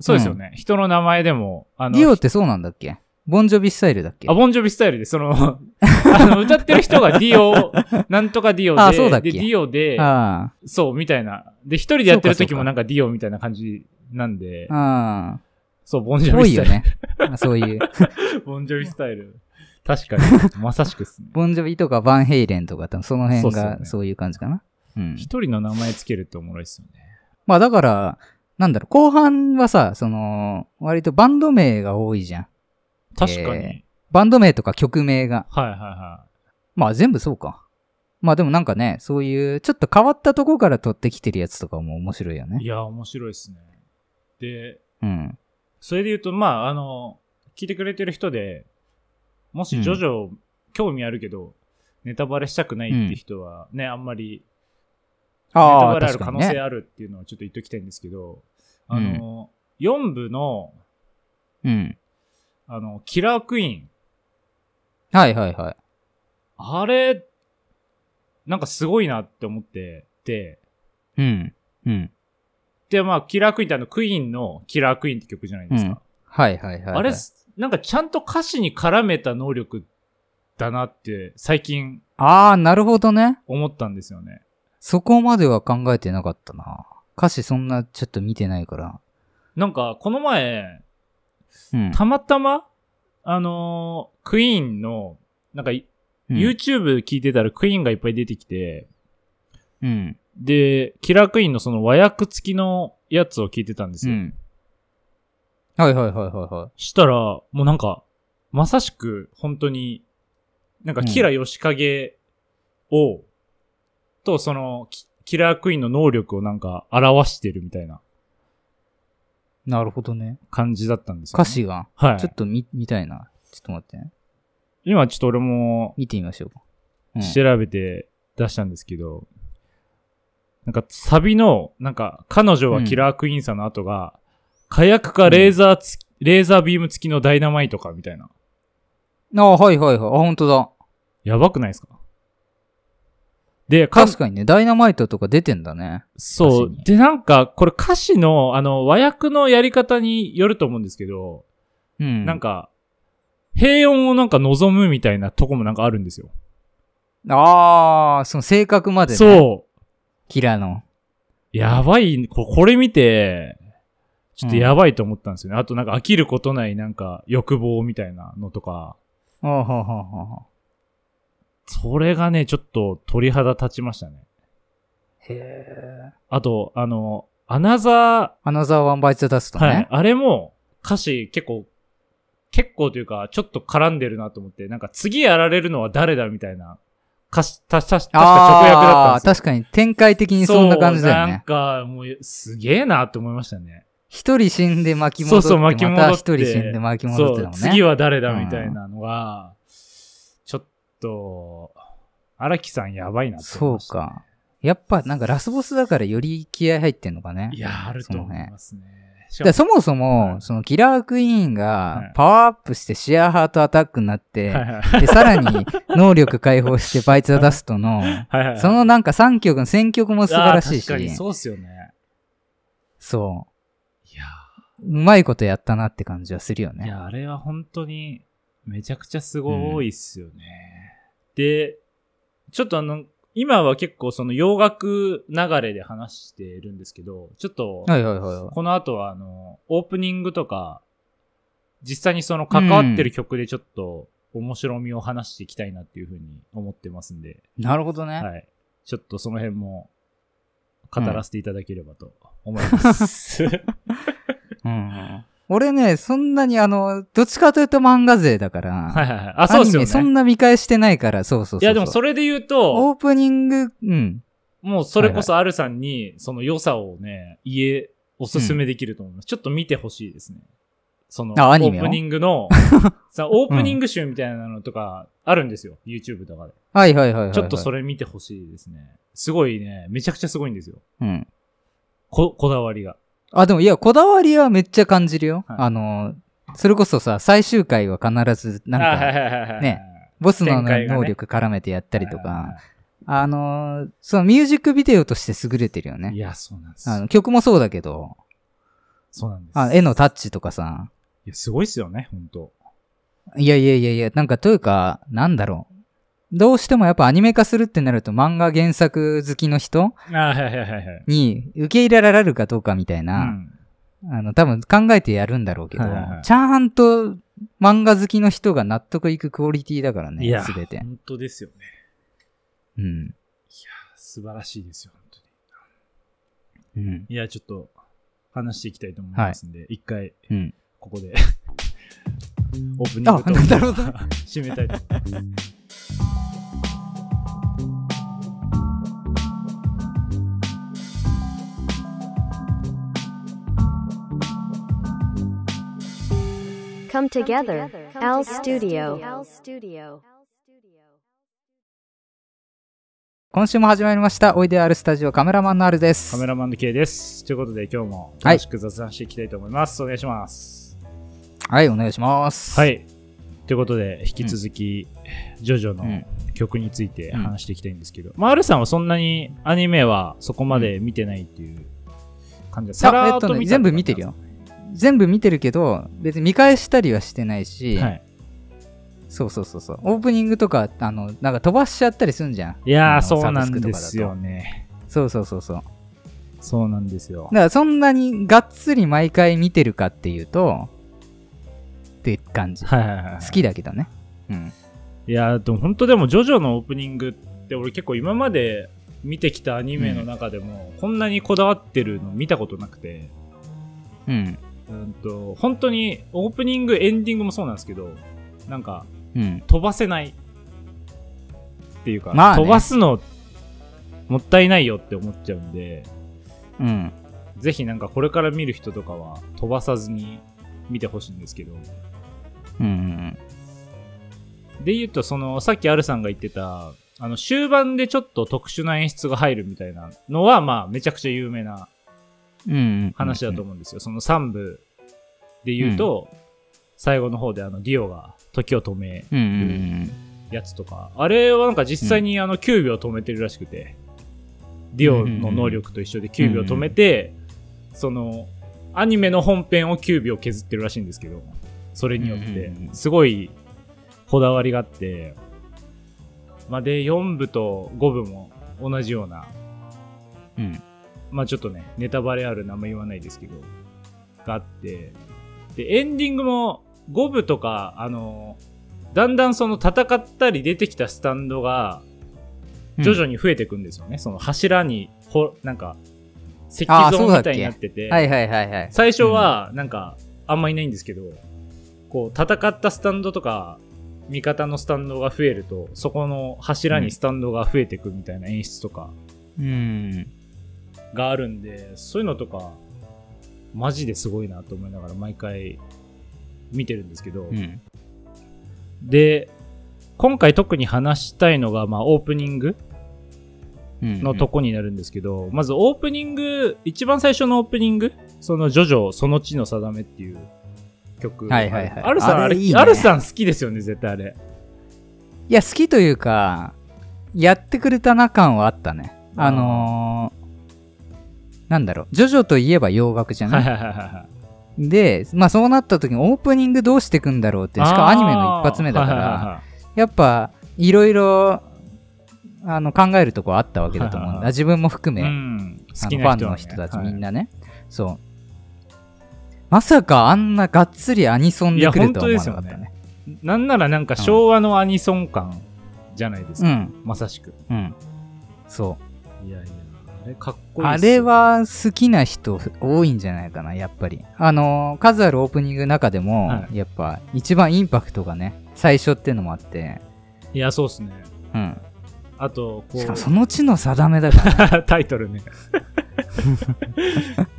[SPEAKER 1] そうですよね、人の名前でも、あ
[SPEAKER 2] あ、
[SPEAKER 1] の、
[SPEAKER 2] ディオってそうなんだっけボンジョビスタイルだっけ
[SPEAKER 1] あ、ボンジョビスタイルで、その、 あの、歌ってる人がディ オ、なんとかディオで、
[SPEAKER 2] あそうだっけ
[SPEAKER 1] で、ディオで、
[SPEAKER 2] あ
[SPEAKER 1] そう、みたいな。で、一人でやってる時
[SPEAKER 2] そうかそうか
[SPEAKER 1] もなんかディオみたいな感じなんで
[SPEAKER 2] あ、、あ
[SPEAKER 1] そう、ボン
[SPEAKER 2] あ、
[SPEAKER 1] ジョ
[SPEAKER 2] 多
[SPEAKER 1] ビ
[SPEAKER 2] い
[SPEAKER 1] スタ
[SPEAKER 2] よ
[SPEAKER 1] イル。
[SPEAKER 2] ね。 あそういう。
[SPEAKER 1] ボンジョビスタイル。確かに、まさしくっすね。
[SPEAKER 2] ボンジョビとかバンヘイレンとか、多分その辺
[SPEAKER 1] そうっすよ
[SPEAKER 2] が
[SPEAKER 1] ね
[SPEAKER 2] そういう感じかな。うん。
[SPEAKER 1] 一人の名前つけるっておもろいっすよね。
[SPEAKER 2] まあだから、なんだろう、後半はさ、その、割とバンド名が多いじゃん。
[SPEAKER 1] 確かに。
[SPEAKER 2] えバンド名とか曲名が。
[SPEAKER 1] はいはいは
[SPEAKER 2] まあ全部そうか。まあでもなんかね、そういう、ちょっと変わったとこから取ってきてるやつとかも面白いよ
[SPEAKER 1] い。い
[SPEAKER 2] ね。
[SPEAKER 1] や、面白いっすね。で、
[SPEAKER 2] うん。
[SPEAKER 1] それで言うと、まあ、あの、聞いてくれてる人で、もしジョジョ、興味あるけど、ネタバレしたくないって人は、ね、あんまり、ネタ
[SPEAKER 2] あ
[SPEAKER 1] バ
[SPEAKER 2] あ、
[SPEAKER 1] レある
[SPEAKER 2] 確か
[SPEAKER 1] 可
[SPEAKER 2] に
[SPEAKER 1] 能性
[SPEAKER 2] ね。
[SPEAKER 1] あるっていうのはちょっと言っときたいんですけど、
[SPEAKER 2] うん
[SPEAKER 1] あの、4部の、
[SPEAKER 2] うん。
[SPEAKER 1] あの、キラークイーン。
[SPEAKER 2] はいはいはい。
[SPEAKER 1] あれ、なんかすごいなって思ってて、
[SPEAKER 2] うん。うん。
[SPEAKER 1] で、まあ、キラークイーンってあの、クイーンのキラークイーンって曲じゃないですか。
[SPEAKER 2] はいはいはいはい。
[SPEAKER 1] あれ、なんかちゃんと歌詞に絡めた能力だなって、最近
[SPEAKER 2] ああ、なるほどね。
[SPEAKER 1] 思ったんですよね。
[SPEAKER 2] そこまでは考えてなかったな。歌詞そんなちょっと見てないから。
[SPEAKER 1] なんか、この前、
[SPEAKER 2] うん。
[SPEAKER 1] たまたま、あのークイーンの、なんか、
[SPEAKER 2] うん
[SPEAKER 1] YouTube 聞いてたらクイーンがいっぱい出てきて、
[SPEAKER 2] うん。
[SPEAKER 1] で、キラークイーンのその和訳付きのやつを聞いてたんです
[SPEAKER 2] う
[SPEAKER 1] よ。
[SPEAKER 2] ん。はいはいはいはいはい。
[SPEAKER 1] したら、もうなんか、まさしく本当に、なんか
[SPEAKER 2] うん
[SPEAKER 1] キラヨシカゲを、とそのキキラークイーンの能力をなんか表してるみたいな
[SPEAKER 2] なるほどね。
[SPEAKER 1] 感じだったんですよ、ね。
[SPEAKER 2] 歌詞が、
[SPEAKER 1] はい。
[SPEAKER 2] ちょっと見、見たいな。ちょっと待ってね。
[SPEAKER 1] 今ちょっと俺も
[SPEAKER 2] 見てみましょうか。うん
[SPEAKER 1] 調べて出したんですけど、なんかサビの、なんか彼女はキラークイーンさんの後が、火薬かレーザーつ、レーザービーム付きのダイナマイトかみたいな。
[SPEAKER 2] ああ、はいはいはい。あ、本当だ。
[SPEAKER 1] やばくないですかで、か
[SPEAKER 2] 確かにね、ダイナマイトとか出てんだね。
[SPEAKER 1] そ
[SPEAKER 2] 歌詞
[SPEAKER 1] う
[SPEAKER 2] に。
[SPEAKER 1] で、なんか、これ歌詞の、あの、和訳のやり方によると思うんですけど、
[SPEAKER 2] うん。
[SPEAKER 1] なんか、平穏をなんか望むみたいなとこもなんかあるんですよ。
[SPEAKER 2] ああ、その性格までね。う。
[SPEAKER 1] そう。
[SPEAKER 2] キラの。
[SPEAKER 1] やばい、ここれ見て、ちょっとやばいと思ったんですよね。あとなんか飽きることないなんか欲望みたいなのとか、
[SPEAKER 2] ああ、はあはあはあ。
[SPEAKER 1] それがね、ちょっと鳥肌立ちましたね。
[SPEAKER 2] へえ。
[SPEAKER 1] あと、あの、アナザー、
[SPEAKER 2] アナザーワンバイツダストね。
[SPEAKER 1] はい。あれも歌詞結構、結構というか、ちょっと絡んでるなと思って、なんか次やられるのは誰だみたいな歌詞、たた確か直訳だったん
[SPEAKER 2] ああ
[SPEAKER 1] ですよ。
[SPEAKER 2] 確かに展開的にそんな感じだよ
[SPEAKER 1] そうなん
[SPEAKER 2] ね。
[SPEAKER 1] か、もう、すげえなって思いましたね。
[SPEAKER 2] 一人死んで巻き戻
[SPEAKER 1] そ
[SPEAKER 2] っ
[SPEAKER 1] う
[SPEAKER 2] て、
[SPEAKER 1] そう、巻き戻って。
[SPEAKER 2] また一人死んで巻き戻ってだもん
[SPEAKER 1] そう、次
[SPEAKER 2] ね。
[SPEAKER 1] は誰だみたいなのが、ちょっと、荒木さんやばいなって思い
[SPEAKER 2] そう
[SPEAKER 1] ましたね。
[SPEAKER 2] か。やっぱなんかラスボスだからより気合入ってんのかね。
[SPEAKER 1] いや、あると
[SPEAKER 2] その
[SPEAKER 1] 思
[SPEAKER 2] ね
[SPEAKER 1] いますね。し
[SPEAKER 2] だからそもそ
[SPEAKER 1] は
[SPEAKER 2] も、
[SPEAKER 1] い
[SPEAKER 2] そのキラークイーン
[SPEAKER 1] は
[SPEAKER 2] が
[SPEAKER 1] い
[SPEAKER 2] パワーアップしてシェアハートアタックになって、
[SPEAKER 1] はいはい
[SPEAKER 2] で、さらに能力解放してバイツ・ザ・ダストの、
[SPEAKER 1] はいはい。
[SPEAKER 2] そのなんか3曲の選曲も素晴らしい
[SPEAKER 1] あー確かに、
[SPEAKER 2] し、
[SPEAKER 1] そうっすよね。
[SPEAKER 2] そ
[SPEAKER 1] いやー
[SPEAKER 2] う。うまいことやったなって感じはするよ
[SPEAKER 1] い
[SPEAKER 2] ね。
[SPEAKER 1] や、あれは本当にめちゃくちゃすごいっすよね。で、ちょっとあの、今は結構その洋楽流れで話してるんですけど、ちょっと、
[SPEAKER 2] はいはいはいはい。
[SPEAKER 1] この後はあの、オープニングとか、実際にその関わってる曲でちょっと面白みを話していきたいなっていうふうに思ってますんで、
[SPEAKER 2] なるほどね。
[SPEAKER 1] はい。ちょっとその辺も語らせていただければと思い ます。
[SPEAKER 2] うん。俺ね、そんなにあの、どっちかというと漫画勢だから、
[SPEAKER 1] はいはいはい。あ、そうですよ
[SPEAKER 2] アニメそ
[SPEAKER 1] ね。
[SPEAKER 2] んな見返してないから、そうそうそうそ
[SPEAKER 1] い
[SPEAKER 2] う。
[SPEAKER 1] やでもそれで言うと、
[SPEAKER 2] オープニング、うん。
[SPEAKER 1] もうそれこそアルさんにその良さをね、言え、おすすめできると思います。ちょっと見てほしいですね。その、
[SPEAKER 2] あ
[SPEAKER 1] オ
[SPEAKER 2] アニメ
[SPEAKER 1] ー
[SPEAKER 2] を
[SPEAKER 1] プニング の、さ、オープニング集みたいなのとかあるんですよ。YouTube とかで。
[SPEAKER 2] はいはいはいはい、はい。
[SPEAKER 1] ちょっとそ
[SPEAKER 2] れ。
[SPEAKER 1] れ見てほしいですね。すごいね、めちゃくちゃすごいんですよ。
[SPEAKER 2] うん。
[SPEAKER 1] こ、こだわりが。
[SPEAKER 2] あ、でもいや、こだわりはめっちゃ感じるよ。
[SPEAKER 1] はい
[SPEAKER 2] あの、それこそさ、最終回は必ず、なん
[SPEAKER 1] あはい
[SPEAKER 2] か、
[SPEAKER 1] はいはいはい
[SPEAKER 2] ねボスの
[SPEAKER 1] 展開がね
[SPEAKER 2] 能力絡めてやったりと
[SPEAKER 1] はいはい
[SPEAKER 2] か、あの、そのミュージックビデオとして優れてるよ
[SPEAKER 1] はい。い
[SPEAKER 2] ね。
[SPEAKER 1] や、そうなんです。
[SPEAKER 2] あの曲もそうだけど、
[SPEAKER 1] そうなんです。
[SPEAKER 2] あ絵のタッチとかさ、
[SPEAKER 1] いや、すごいっすよね、本当
[SPEAKER 2] いやいやいやいや、なんかというか、なんだろう。どうしてもやっぱアニメ化するってなると漫画原作好きの人
[SPEAKER 1] あはいはいはいはい。
[SPEAKER 2] に受け入れられるかどうかみたいな、あの多分考えてやるんだろうけど、
[SPEAKER 1] はいはいはい
[SPEAKER 2] ちゃんと漫画好きの人が納得いくクオリティだからね
[SPEAKER 1] いや、、
[SPEAKER 2] すべて。
[SPEAKER 1] 本当ですよね。
[SPEAKER 2] うん。
[SPEAKER 1] 素晴らしいですよ、本当に。
[SPEAKER 2] うん。
[SPEAKER 1] いや、ちょっと話していきたいと思いますんで、一、回、
[SPEAKER 2] うん。
[SPEAKER 1] ここ で、オープニング
[SPEAKER 2] あ、
[SPEAKER 1] と
[SPEAKER 2] なるほど。
[SPEAKER 1] 締めたい と思います。
[SPEAKER 3] Come
[SPEAKER 4] together.
[SPEAKER 3] together. Al
[SPEAKER 4] Al
[SPEAKER 3] Studio.
[SPEAKER 4] Studio.
[SPEAKER 3] Al
[SPEAKER 4] Studio.
[SPEAKER 2] 今週も始まりました、おいであるスタジオカメラマンのあるです。
[SPEAKER 1] カメラマンの K です。ということで、今日も楽しく雑談していきたいと思います。お願いします。
[SPEAKER 2] はい、お願いします。
[SPEAKER 1] は。い。ということで、引き続き、ジョジョ
[SPEAKER 2] う
[SPEAKER 1] の
[SPEAKER 2] ん。
[SPEAKER 1] 曲について話していきたいんですけど、まあ、R さんはそんなにアニメはそこまで見てないっていう感じで、さらーっと
[SPEAKER 2] えっとね
[SPEAKER 1] 見た
[SPEAKER 2] 全部見てるよ。全部見てるけど、別に見返したりはしてないし、
[SPEAKER 1] はい、
[SPEAKER 2] そうそうそうそう。オープニングとか、あの、なんか飛ばしちゃったりすんじゃん。
[SPEAKER 1] いや
[SPEAKER 2] あ
[SPEAKER 1] ー
[SPEAKER 2] の
[SPEAKER 1] そうなん
[SPEAKER 2] サブスクとかだと
[SPEAKER 1] ですよね
[SPEAKER 2] そうそうそうそう。だか
[SPEAKER 1] そうなんですよ
[SPEAKER 2] らそんなにがっつり毎回見てるかっていうと、って感じ。
[SPEAKER 1] はいはいはいはい
[SPEAKER 2] 好きだけどね。うん。
[SPEAKER 1] いやーでも本当でもジョジョのオープニングって俺結構今まで見てきたアニメの中でもこんなにこだわってるの見たことなくて、
[SPEAKER 2] うん。
[SPEAKER 1] うん、と本当にオープニングエンディングもそうなんですけどなんか
[SPEAKER 2] うん。
[SPEAKER 1] 飛ばせないっていうか、
[SPEAKER 2] まあね
[SPEAKER 1] 飛ばすのもったいないよって思っちゃうんで
[SPEAKER 2] うん。
[SPEAKER 1] ぜひなんかこれから見る人とかは飛ばさずに見てほしいんですけど
[SPEAKER 2] うんうん。
[SPEAKER 1] で言うとそのさっきアルさんが言ってたあの終盤でちょっと特殊な演出が入るみたいなのはまあめちゃくちゃ有名な
[SPEAKER 2] うんうん。
[SPEAKER 1] 話だと思うんですよ、その3部で言うと、最後の方であのディオが時を止め
[SPEAKER 2] うん。うんうん
[SPEAKER 1] やつとかあれはなんか実際にあの9秒止めてるらしくて、ディオの能力と一緒で9秒止めて、そのアニメの本編を9秒削ってるらしいんですけどそれによっ
[SPEAKER 2] うんう
[SPEAKER 1] て
[SPEAKER 2] んうん
[SPEAKER 1] すごいこだわりがあって、まあ、で4部と5部も同じような
[SPEAKER 2] うん。うん。
[SPEAKER 1] まあちょっとね、ネタバレある名前言わないですけど、があって、で、エンディングも5部とか、あの、だんだんその戦ったり出てきたスタンドが、徐々に増えていくんですよね。その柱に、ほ、なんか、石
[SPEAKER 2] あーそ
[SPEAKER 1] 像
[SPEAKER 2] う
[SPEAKER 1] み
[SPEAKER 2] だっけ
[SPEAKER 1] たいになってて、
[SPEAKER 2] はいはいはいはい。
[SPEAKER 1] 最初は、なんか、あんまいないんですけど、こう、戦ったスタンドとか、味方のスタンドが増えると、そこの柱にスタンドが増えていくみたいな演出とか、
[SPEAKER 2] うん。
[SPEAKER 1] があるんでそういうのとかマジですごいなと思いながら毎回見てるんですけど、
[SPEAKER 2] うん。
[SPEAKER 1] で今回特に話したいのが、まあ、オープニング
[SPEAKER 2] うん。
[SPEAKER 1] のとこになるんですけど、まずオープニング一番最初のオープニングその「ジョジョその地の定め」っていう曲
[SPEAKER 2] はいはいはい
[SPEAKER 1] あるさんあ
[SPEAKER 2] あ
[SPEAKER 1] れ
[SPEAKER 2] れいいね
[SPEAKER 1] あるさん好きですよね絶対あれ
[SPEAKER 2] いや、好きというか、やってくれたな感はあったね。あのーなんだろう、ジョジョといえば洋楽じゃ
[SPEAKER 1] はい
[SPEAKER 2] な
[SPEAKER 1] はいは
[SPEAKER 2] い
[SPEAKER 1] いは
[SPEAKER 2] で、まあそうなった時にオープニングどうしてくんだろうっ
[SPEAKER 1] い
[SPEAKER 2] て、しかもアニメの一発目
[SPEAKER 1] は
[SPEAKER 2] だか
[SPEAKER 1] いはい
[SPEAKER 2] ら、
[SPEAKER 1] はい
[SPEAKER 2] やっぱ、いろいろ、あの、考えるとこあったわけだと思うん
[SPEAKER 1] はいはい
[SPEAKER 2] だ。
[SPEAKER 1] はい
[SPEAKER 2] 自分も含め、
[SPEAKER 1] う
[SPEAKER 2] あの
[SPEAKER 1] ん、好き
[SPEAKER 2] フ
[SPEAKER 1] な
[SPEAKER 2] ァン
[SPEAKER 1] 人,、
[SPEAKER 2] の人たちみん
[SPEAKER 1] な
[SPEAKER 2] なね。そう。まさかあんながっつりアニソンで来るとは思わなかった
[SPEAKER 1] いや
[SPEAKER 2] ね。
[SPEAKER 1] なんならなんか昭和のアニソン感じゃないです
[SPEAKER 2] う
[SPEAKER 1] か、
[SPEAKER 2] ん、
[SPEAKER 1] まさしく。
[SPEAKER 2] うん。そ
[SPEAKER 1] いやいや、あれかっ
[SPEAKER 2] う。
[SPEAKER 1] こいい
[SPEAKER 2] あれ、は好きな人多いんじゃないかな、やっぱり。あのー、数あるオープニングの中でも、
[SPEAKER 1] は
[SPEAKER 2] やっぱ一番インパクトがね、最初っていうのもあって、
[SPEAKER 1] いや、そうっすね。
[SPEAKER 2] うん。
[SPEAKER 1] あと、こ、
[SPEAKER 2] しかもそうの地の定めだから、ね、
[SPEAKER 1] タイト ルね。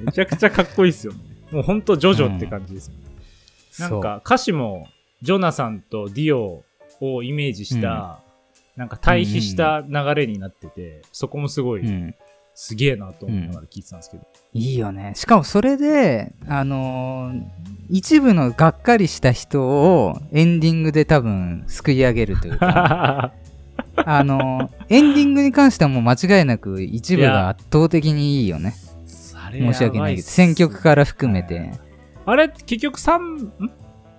[SPEAKER 1] めちゃくちゃかっこいいっすよね。もうほんとジョジョって感じですよね。 なん
[SPEAKER 2] そう
[SPEAKER 1] か歌詞も、ジョナサンとディオをイメージした、なんか対比した流れになってて、そこもすごい、
[SPEAKER 2] うん。
[SPEAKER 1] すげえなと思いながら聞いてたんです けど。
[SPEAKER 2] いいよね。しかもそれで、あのー一部のがっかりした人をエンディングで多分すくい上げるとい うか、あのーエンディングに関してはもう間違いなく一部が圧倒的にいいよね。申し訳ないけど、選曲
[SPEAKER 1] ら。
[SPEAKER 2] から含めて。
[SPEAKER 1] あれ、結局三ん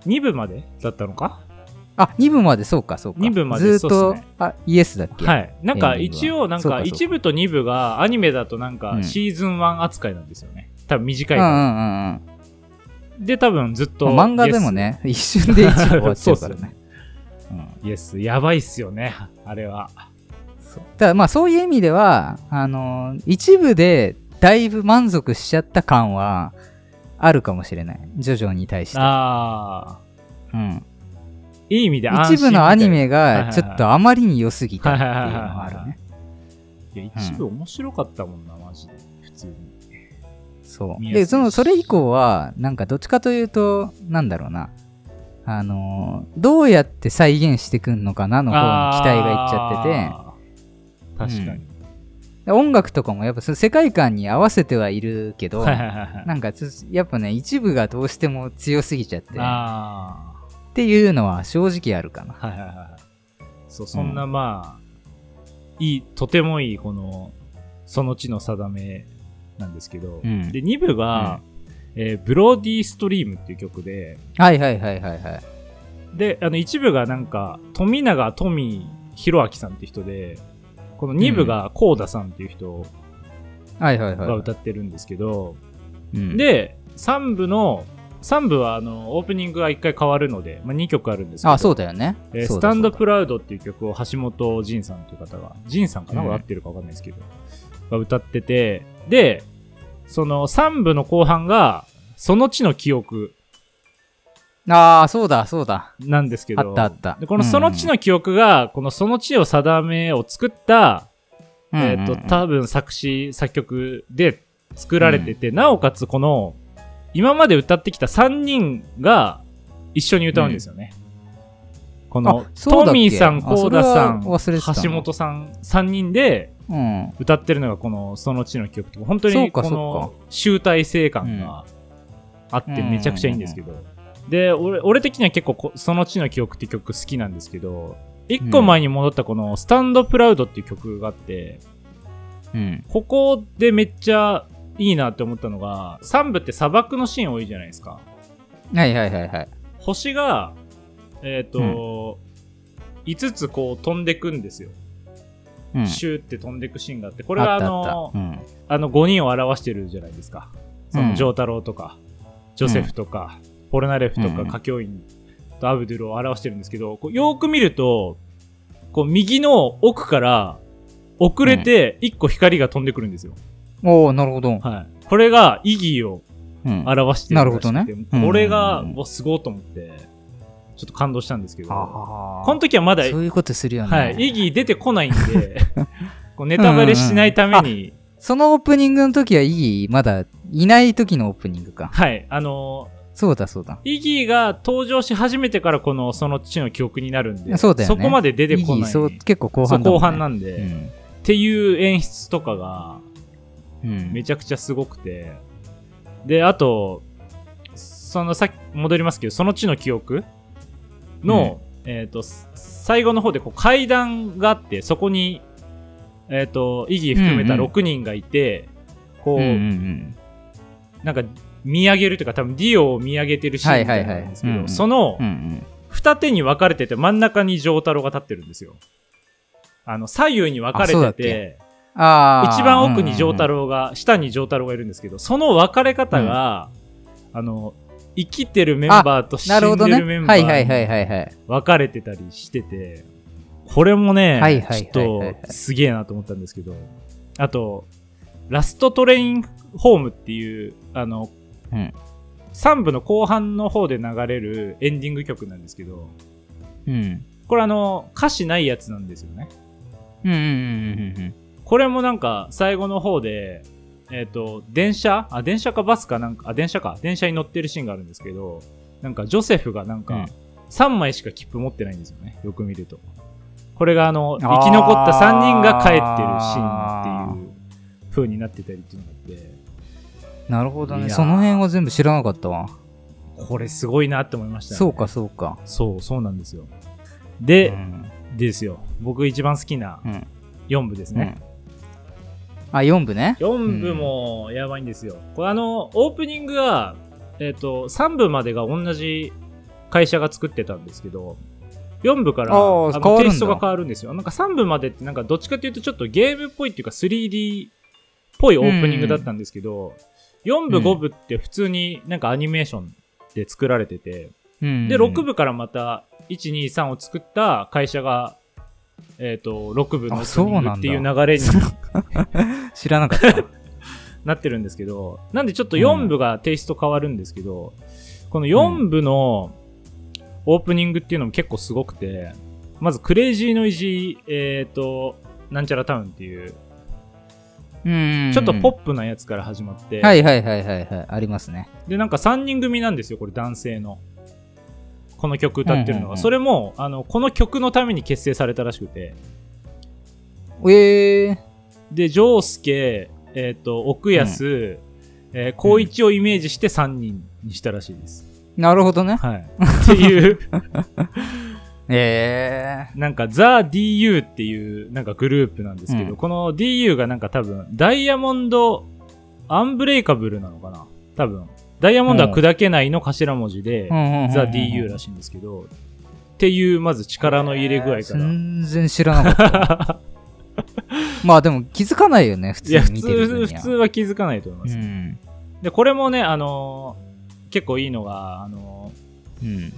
[SPEAKER 1] ?2 部までだったのか
[SPEAKER 2] あ、2部までそうかそうか。
[SPEAKER 1] 二部まで
[SPEAKER 2] ずーっ
[SPEAKER 1] そうっ
[SPEAKER 2] と、
[SPEAKER 1] すね
[SPEAKER 2] あ、イエスだっけ、
[SPEAKER 1] はい。なんか
[SPEAKER 2] エンディング
[SPEAKER 1] 一
[SPEAKER 2] は
[SPEAKER 1] 応、なん
[SPEAKER 2] そうか
[SPEAKER 1] か
[SPEAKER 2] そうか
[SPEAKER 1] 1部と2部がアニメだとなん
[SPEAKER 2] う
[SPEAKER 1] か
[SPEAKER 2] ん
[SPEAKER 1] シーズン1扱いなんですよね。多分短
[SPEAKER 2] う
[SPEAKER 1] い
[SPEAKER 2] んう
[SPEAKER 1] か
[SPEAKER 2] んうんうん。
[SPEAKER 1] ら。で、多分ずっと。
[SPEAKER 2] 漫画でもね、一瞬で一部終わっちゃうからね。うん
[SPEAKER 1] イエス。イエス。やばいっすよね。あれは。
[SPEAKER 2] ただまあそういう意味ではあのー一部でだいぶ満足しちゃった感はあるかもしれないジョジョに対して、
[SPEAKER 1] あ
[SPEAKER 2] うん、
[SPEAKER 1] ー。いい意味で安心
[SPEAKER 2] 一部のアニ
[SPEAKER 1] は
[SPEAKER 2] メ
[SPEAKER 1] いはいは
[SPEAKER 2] が
[SPEAKER 1] い
[SPEAKER 2] ちょっとあまりに良すぎたっていうのはある
[SPEAKER 1] はいはい
[SPEAKER 2] ね
[SPEAKER 1] みたいな。いや、一部面白かったもんな、マジで。普通に。
[SPEAKER 2] そう
[SPEAKER 1] 見やすい
[SPEAKER 2] で
[SPEAKER 1] し
[SPEAKER 2] そのそれ以降はなんかどっちかというとなんだろうなあのーどうやって再現してくんのかなの方に期待がいっちゃってて
[SPEAKER 1] て確かに。
[SPEAKER 2] で音楽とかもやっぱその世界観に合わせてはいるけど、
[SPEAKER 1] はいはいはいはい。
[SPEAKER 2] なんかちょっとやっぱね一部がどうしても強すぎちゃって
[SPEAKER 1] あー。
[SPEAKER 2] っていうのは正直あるかな。
[SPEAKER 1] はいはいはいはい。そう、そんなまあ、いい、とてもいい、この、その地の定めなんですけど、
[SPEAKER 2] うん
[SPEAKER 1] で、2部が、えーブローディーストリームっていう曲で、
[SPEAKER 2] はいはいはいはいはい。
[SPEAKER 1] で、あの、1部がなんか、富永富弘明さんって人で、この2部がコーダさんっていう人
[SPEAKER 2] はいはいはい。
[SPEAKER 1] が歌ってるんですけど、
[SPEAKER 2] うん、
[SPEAKER 1] で、3部の、3部はあのオープニングが1回変わるので、まあ、2曲あるんですけど
[SPEAKER 2] あ、そうだよね。
[SPEAKER 1] えー
[SPEAKER 2] そ
[SPEAKER 1] ス
[SPEAKER 2] うだ
[SPEAKER 1] タンド
[SPEAKER 2] そうだ
[SPEAKER 1] プラウドっていう曲を橋本仁さんという方が、仁さんかな、
[SPEAKER 2] うん
[SPEAKER 1] 俺合ってるか分かんないですけど、が歌ってて、で、その3部の後半が、その地の記憶
[SPEAKER 2] ああ、そうだそうだ。
[SPEAKER 1] なんですけど、
[SPEAKER 2] あったあった
[SPEAKER 1] でこのその地の記憶が、このその地を定めを作った、
[SPEAKER 2] うんうん
[SPEAKER 1] えっ、と、多分作詞、作曲で作られてて、なおかつこの、今まで歌ってきた3人が一緒に歌うんですよね。この
[SPEAKER 2] あ、そうだっけ
[SPEAKER 1] トミーさん、
[SPEAKER 2] あ
[SPEAKER 1] コーダさん、
[SPEAKER 2] それは忘れてたな
[SPEAKER 1] 橋本さん3人で
[SPEAKER 2] うん。
[SPEAKER 1] 歌ってるのがこの、その地の曲とか、本当
[SPEAKER 2] そう
[SPEAKER 1] に
[SPEAKER 2] か
[SPEAKER 1] こ
[SPEAKER 2] そう
[SPEAKER 1] の集大成感があって
[SPEAKER 2] うん
[SPEAKER 1] めちゃくちゃいいんですけど。で、俺、俺的には結構こその地の記憶って曲好きなんですけど、一個前に戻ったこの、スタンドプラウドっていう曲があって、
[SPEAKER 2] うん。
[SPEAKER 1] ここでめっちゃいいなって思ったのが3部って砂漠のシーン多いじゃないですか
[SPEAKER 2] はいはいはいはい。
[SPEAKER 1] 星がえっ、と、5つこう飛んでくんですよ、
[SPEAKER 2] うん、
[SPEAKER 1] シューって飛んでくシーンがあってこ
[SPEAKER 2] こ
[SPEAKER 1] れはあ
[SPEAKER 2] ったあ
[SPEAKER 1] の
[SPEAKER 2] った。うん。
[SPEAKER 1] あの5人を表してるじゃないですかそうの
[SPEAKER 2] ん
[SPEAKER 1] ジョータロウとか、ジョセフとか、ポルナレフと
[SPEAKER 2] うんう
[SPEAKER 1] か
[SPEAKER 2] ん
[SPEAKER 1] 歌教員とアブドゥルを表してるんですけどこうよーく見るとこう右の奥から遅れて1個光が飛んでくるんですよ、
[SPEAKER 2] おおなるほど。
[SPEAKER 1] はい、これが意義を
[SPEAKER 2] うん、
[SPEAKER 1] 表してるらしくて
[SPEAKER 2] なるほどねうん
[SPEAKER 1] これが、もうすごいと思って、ちょっと感動したんですけど、こ
[SPEAKER 2] あ
[SPEAKER 1] の時はまだ、
[SPEAKER 2] そういうことするよね。
[SPEAKER 1] はい、イギー出てこないん で、こうネタバレしないために、
[SPEAKER 2] そのオープニングの時はイギーまだいない時のオープニングか。
[SPEAKER 1] はい、あの
[SPEAKER 2] そうだそうだ。
[SPEAKER 1] ー、イギーが登場し始めてから、この、その地の記憶になるんで、
[SPEAKER 2] そうだよね
[SPEAKER 1] こまで出てこ
[SPEAKER 2] イギー
[SPEAKER 1] ない。
[SPEAKER 2] そう結構後
[SPEAKER 1] そう
[SPEAKER 2] 半だもん、ね。
[SPEAKER 1] 後半なんで、っ
[SPEAKER 2] ん
[SPEAKER 1] ていう演出とかが、
[SPEAKER 2] うん。
[SPEAKER 1] めちゃくちゃすごくて、で、あと、そのさっき戻りますけど、その地の記憶の、えっ、と、す最後の方でこう階段があって、そこに、えっ、と、イギー含めた
[SPEAKER 2] うんうん
[SPEAKER 1] 6人がいて、こう、
[SPEAKER 2] うんうんうん。
[SPEAKER 1] なんか見上げるというか、多分ディオを見上げてるシーンみたいなのなんですけど、
[SPEAKER 2] はいはいはいうんうん
[SPEAKER 1] その
[SPEAKER 2] うんうん。
[SPEAKER 1] 二手に分かれてて、真ん中に丈太郎が立ってるんですよ。あの、左右に分かれ
[SPEAKER 2] あそうだ
[SPEAKER 1] て、
[SPEAKER 2] ってけああ。
[SPEAKER 1] 一番奥に
[SPEAKER 2] 状
[SPEAKER 1] 丈太郎が、下に丈太郎がいるんですけど、その分かれ方が、あの、生きてるメンバーと死ん
[SPEAKER 2] なるほど
[SPEAKER 1] で
[SPEAKER 2] ね。
[SPEAKER 1] るメンバ
[SPEAKER 2] はいはいは
[SPEAKER 1] ー
[SPEAKER 2] い
[SPEAKER 1] に
[SPEAKER 2] はいはい。
[SPEAKER 1] 分かれてたりしてて、これもね、
[SPEAKER 2] はいはい
[SPEAKER 1] ち
[SPEAKER 2] はい
[SPEAKER 1] ょ
[SPEAKER 2] はいはい
[SPEAKER 1] っとすげえなと思ったんですけど、あと、ラストトレインホームっていう、あの、
[SPEAKER 2] うん
[SPEAKER 1] 3部の後半の方で流れるエンディング曲なんですけど、
[SPEAKER 2] うん。
[SPEAKER 1] これあの、歌詞ないやつなんですよね。
[SPEAKER 2] うんうんうんうんうん
[SPEAKER 1] これもなんか最後の方で、えっ、と、電車あ、電車かバスかなんか、あ、電車か。電車に乗ってるシーンがあるんですけど、なんかジョセフがなん
[SPEAKER 2] うん
[SPEAKER 1] か3枚しか切符持ってないんですよね。よく見ると。これがあの、
[SPEAKER 2] あー
[SPEAKER 1] 生き残った3人が帰ってるシーンっていう風になってたりっていうのがあって、
[SPEAKER 2] なるほど
[SPEAKER 1] い
[SPEAKER 2] ね。
[SPEAKER 1] やー
[SPEAKER 2] その辺は全部知らなかったわ。
[SPEAKER 1] これすごいなって思いましたね。
[SPEAKER 2] そうかそうか。
[SPEAKER 1] そう、そうなんですよ。
[SPEAKER 2] う
[SPEAKER 1] で、
[SPEAKER 2] ん
[SPEAKER 1] ですよ。僕一番好きな
[SPEAKER 2] うん
[SPEAKER 1] 4部ですね。
[SPEAKER 2] あ、4部ね。
[SPEAKER 1] 4部もやばいんですよ、これあのオープニングが、えっと3部までが同じ会社が作ってたんですけど4部から
[SPEAKER 2] あ
[SPEAKER 1] あ
[SPEAKER 2] ー変
[SPEAKER 1] の
[SPEAKER 2] わるんだ
[SPEAKER 1] テイストが変わるんですよなんか3部までってなんかどっちかというとちょっとゲームっぽいっていうか 3D っぽいオープニングだったんですけど、4部
[SPEAKER 2] うん
[SPEAKER 1] 5部って普通になんかアニメーションで作られてて、
[SPEAKER 2] うん
[SPEAKER 1] で6部からまた123を作った会社がえっ、と6部のオープニングっていう流れに
[SPEAKER 2] 知らな かった。
[SPEAKER 1] なってるんですけど、なんでちょっと
[SPEAKER 2] うん
[SPEAKER 1] 4部がテイスト変わるんですけど、この4部のオープニングっていうのも結構すごくて、まずクレイジーノイジー、えっ、と、なんちゃらタウンっていう、
[SPEAKER 2] うん。
[SPEAKER 1] ちょっとポップなやつから始まって、
[SPEAKER 2] はいはいはいはいはい。ありますね。
[SPEAKER 1] で、なんか3人組なんですよ、これ男性の。この曲歌ってるのが。
[SPEAKER 2] うんうんうん
[SPEAKER 1] それも、あの、この曲のために結成されたらしくて、
[SPEAKER 2] えー。
[SPEAKER 1] で、ジョースケ、えっ、と、奥安、えー高一をイメージして3人にしたらしいです。
[SPEAKER 2] なるほどね。
[SPEAKER 1] はい。っていう。
[SPEAKER 2] え
[SPEAKER 1] なんか、ザ・ DU っていう、なんかグループなんですけど、
[SPEAKER 2] うん
[SPEAKER 1] この DU がなんか多分、ダイヤモンド・アンブレイカブルなのかな多分。ダイヤモンドは砕けないの頭文字で
[SPEAKER 2] ー。、うん
[SPEAKER 1] ザ・ DU らしいんですけど、っていう、まず力の入れ具合か
[SPEAKER 2] 全然知らなかっ
[SPEAKER 1] ら。
[SPEAKER 2] た。まあでも気づかないよね、普
[SPEAKER 1] い
[SPEAKER 2] 通
[SPEAKER 1] や、
[SPEAKER 2] に
[SPEAKER 1] 普
[SPEAKER 2] 見てる分に
[SPEAKER 1] 通、
[SPEAKER 2] は。
[SPEAKER 1] 普通は気づかないと思いま
[SPEAKER 2] う
[SPEAKER 1] す。
[SPEAKER 2] ん。
[SPEAKER 1] で、これもね、あのー結構いいのが、あの
[SPEAKER 2] うん。
[SPEAKER 1] ー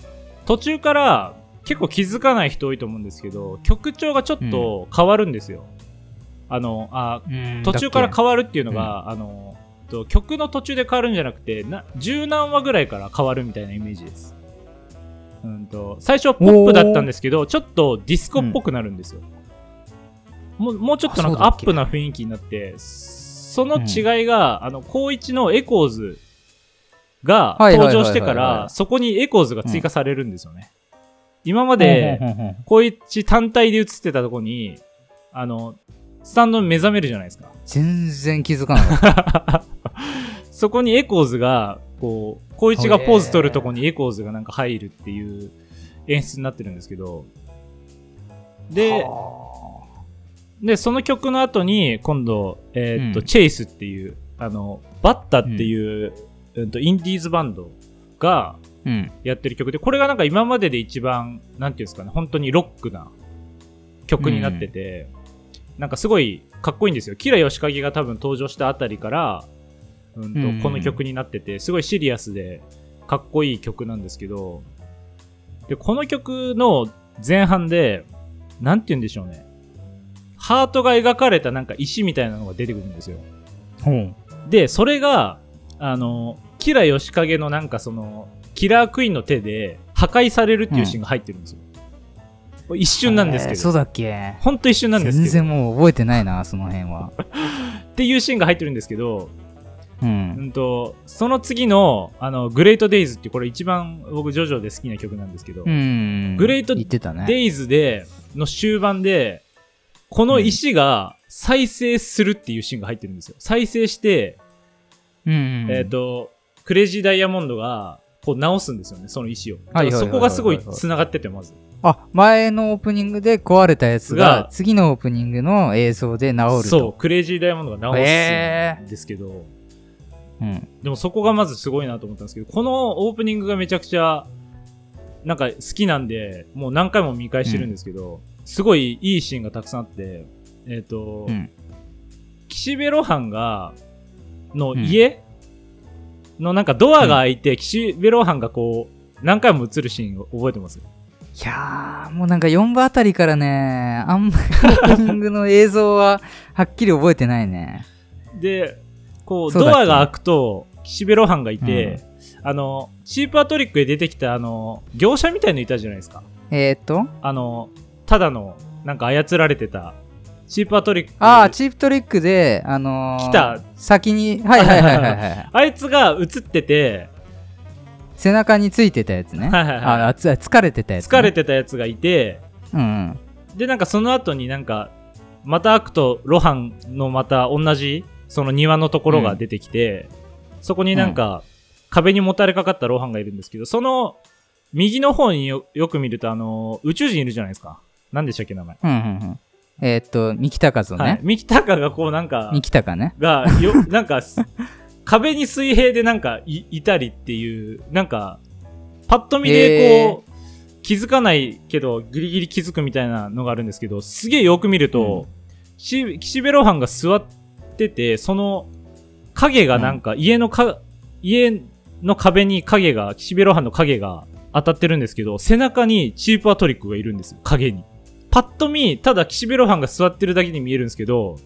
[SPEAKER 1] 途中から、結構気づかない人多いと思うんですけど、曲調がちょっと変わるんですよ。あの、あ、途中から変わるっていうのが、あのと曲の途中で変わるんじゃなくてな十何話ぐらいから変わるみたいなイメージです、うん、と最初はポップだったんですけどちょっとディスコっぽくなるんですよ、もうもうちょっとなんか
[SPEAKER 2] あ
[SPEAKER 1] ア
[SPEAKER 2] そうだっ
[SPEAKER 1] ッ
[SPEAKER 2] け
[SPEAKER 1] プな雰囲気になってその違いが、あの高一のエコーズが
[SPEAKER 2] はいはいはい
[SPEAKER 1] 登
[SPEAKER 2] はい
[SPEAKER 1] 場してか
[SPEAKER 2] は
[SPEAKER 1] ら
[SPEAKER 2] い
[SPEAKER 1] そこにエコーズが追加されるんですよね、今ま
[SPEAKER 2] ま
[SPEAKER 1] で、高一単体で映ってたとこにあのスタンドに目覚めるじゃないですか
[SPEAKER 2] 全然気づかなかった。
[SPEAKER 1] そこにエコーズが、こう、光一がポーズ取るとこにエコーズがなんか入るっていう演出になってるんですけど、で、で、その曲の後に、今度、えーっと、
[SPEAKER 2] うん
[SPEAKER 1] チェイスっていう、あの、バッタっていう、うんとインディーズバンドが
[SPEAKER 2] うん。
[SPEAKER 1] やってる曲で、これがなんか今までで一番、なんていうんですかね、本当にロックな曲になってて、なんかすごいかっこいいんですよ。キラヨシカギが多分登場したあたりから、うんと
[SPEAKER 2] うん
[SPEAKER 1] この曲になってて、すごいシリアスでかっこいい曲なんですけど、で、この曲の前半で、なんて言うんでしょうね。ハートが描かれたなんか石みたいなのが出てくるんですよ。
[SPEAKER 2] ほう。
[SPEAKER 1] で、それが、あの、キラヨシカゲのなんかその、キラークイーンの手で破壊されるっていうシーンが入ってるんですよ。これ一瞬なんですけ
[SPEAKER 2] えー
[SPEAKER 1] ど。
[SPEAKER 2] そうだっけ
[SPEAKER 1] ほんと一瞬なんです
[SPEAKER 2] 全
[SPEAKER 1] けど。
[SPEAKER 2] 然もう覚えてないな、その辺は。
[SPEAKER 1] っていうシーンが入ってるんですけど、う
[SPEAKER 2] う。
[SPEAKER 1] んんと、その次の、あの、グレートデイズってこれ一番僕ジョジョで好きな曲なんですけど、
[SPEAKER 2] うん。
[SPEAKER 1] グレート
[SPEAKER 2] 言ってたね。
[SPEAKER 1] デイズで、の終盤で、この石が再生するっていうシーンが入ってるんですよ。再生して、
[SPEAKER 2] うん。
[SPEAKER 1] えっ、と、クレイジーダイヤモンドが、こう直すんですよね、その石を。だか
[SPEAKER 2] はいはいはいはい
[SPEAKER 1] らそこがすごい繋がってて、まず。
[SPEAKER 2] あ、前のオープニングで壊れたやつが
[SPEAKER 1] が、
[SPEAKER 2] 次のオープニングの映像で治ると。
[SPEAKER 1] そう、クレイジーダイヤモンドが直すん
[SPEAKER 2] へ
[SPEAKER 1] ですけど、
[SPEAKER 2] う。うん。
[SPEAKER 1] でもそこがまずすごいなと思ったんですけど、このオープニングがめちゃくちゃ、なんか好きなんで、もう何回も見返してるんですけど、すごいいいシーンがたくさんあって、えっ、と、
[SPEAKER 2] うん
[SPEAKER 1] 岸辺露伴が、の家のなんかドアが開いて、岸辺露伴がこう、何回も映るシーンを覚えてます。
[SPEAKER 2] いやー、もうなんか4部あたりからね、あんまりオープニングの映像ははっきり覚えてないね。
[SPEAKER 1] で、こう、
[SPEAKER 2] そうだ
[SPEAKER 1] ド
[SPEAKER 2] っけ
[SPEAKER 1] アが開くと、岸辺露伴がいて、あの、チーパートリックで出てきた、あの、業者みたいのいたじゃないですか。
[SPEAKER 2] えー、っと、
[SPEAKER 1] あの、ただの、なんか操られてた、チーパートリック。
[SPEAKER 2] あー、チープトリックで、あのー、
[SPEAKER 1] 来た
[SPEAKER 2] 先に、はいはいはいは い、はい。
[SPEAKER 1] あいつが映ってて、
[SPEAKER 2] 背中についてたやつね。
[SPEAKER 1] はいはいはい
[SPEAKER 2] ああつ疲れてたやつ、ね。
[SPEAKER 1] 疲れてたやつがいて、
[SPEAKER 2] うんうん。
[SPEAKER 1] で、なんかその後になんか、また開くと、露伴のまた同じ、その庭のところが出てきて、そこになんか、壁にもたれかかった露伴がいるんですけど、その、右の方によよく見ると、あの、宇宙人いるじゃないですか。何でしたっけ、名前。
[SPEAKER 2] うんうんうん。えー、っと、三木高ゾ
[SPEAKER 1] はい
[SPEAKER 2] ね。。
[SPEAKER 1] 三木高がこうなんか、
[SPEAKER 2] 三木高ね。
[SPEAKER 1] が、よ、なんか、す壁に水平でなんかい、いたりっていう、なんか、パッと見でこう、気づかないけど、ギリギリ気づくみたいなのがあるんですけど、すげえよく見ると、し岸辺露伴が座ってて、その影がなんか、家のか、家の壁に影が、岸辺露伴の影が当たってるんですけど、背中にチーパートリックがいるんですよ、影に。パッと見、ただ岸辺露伴が座ってるだけに見えるんですけど、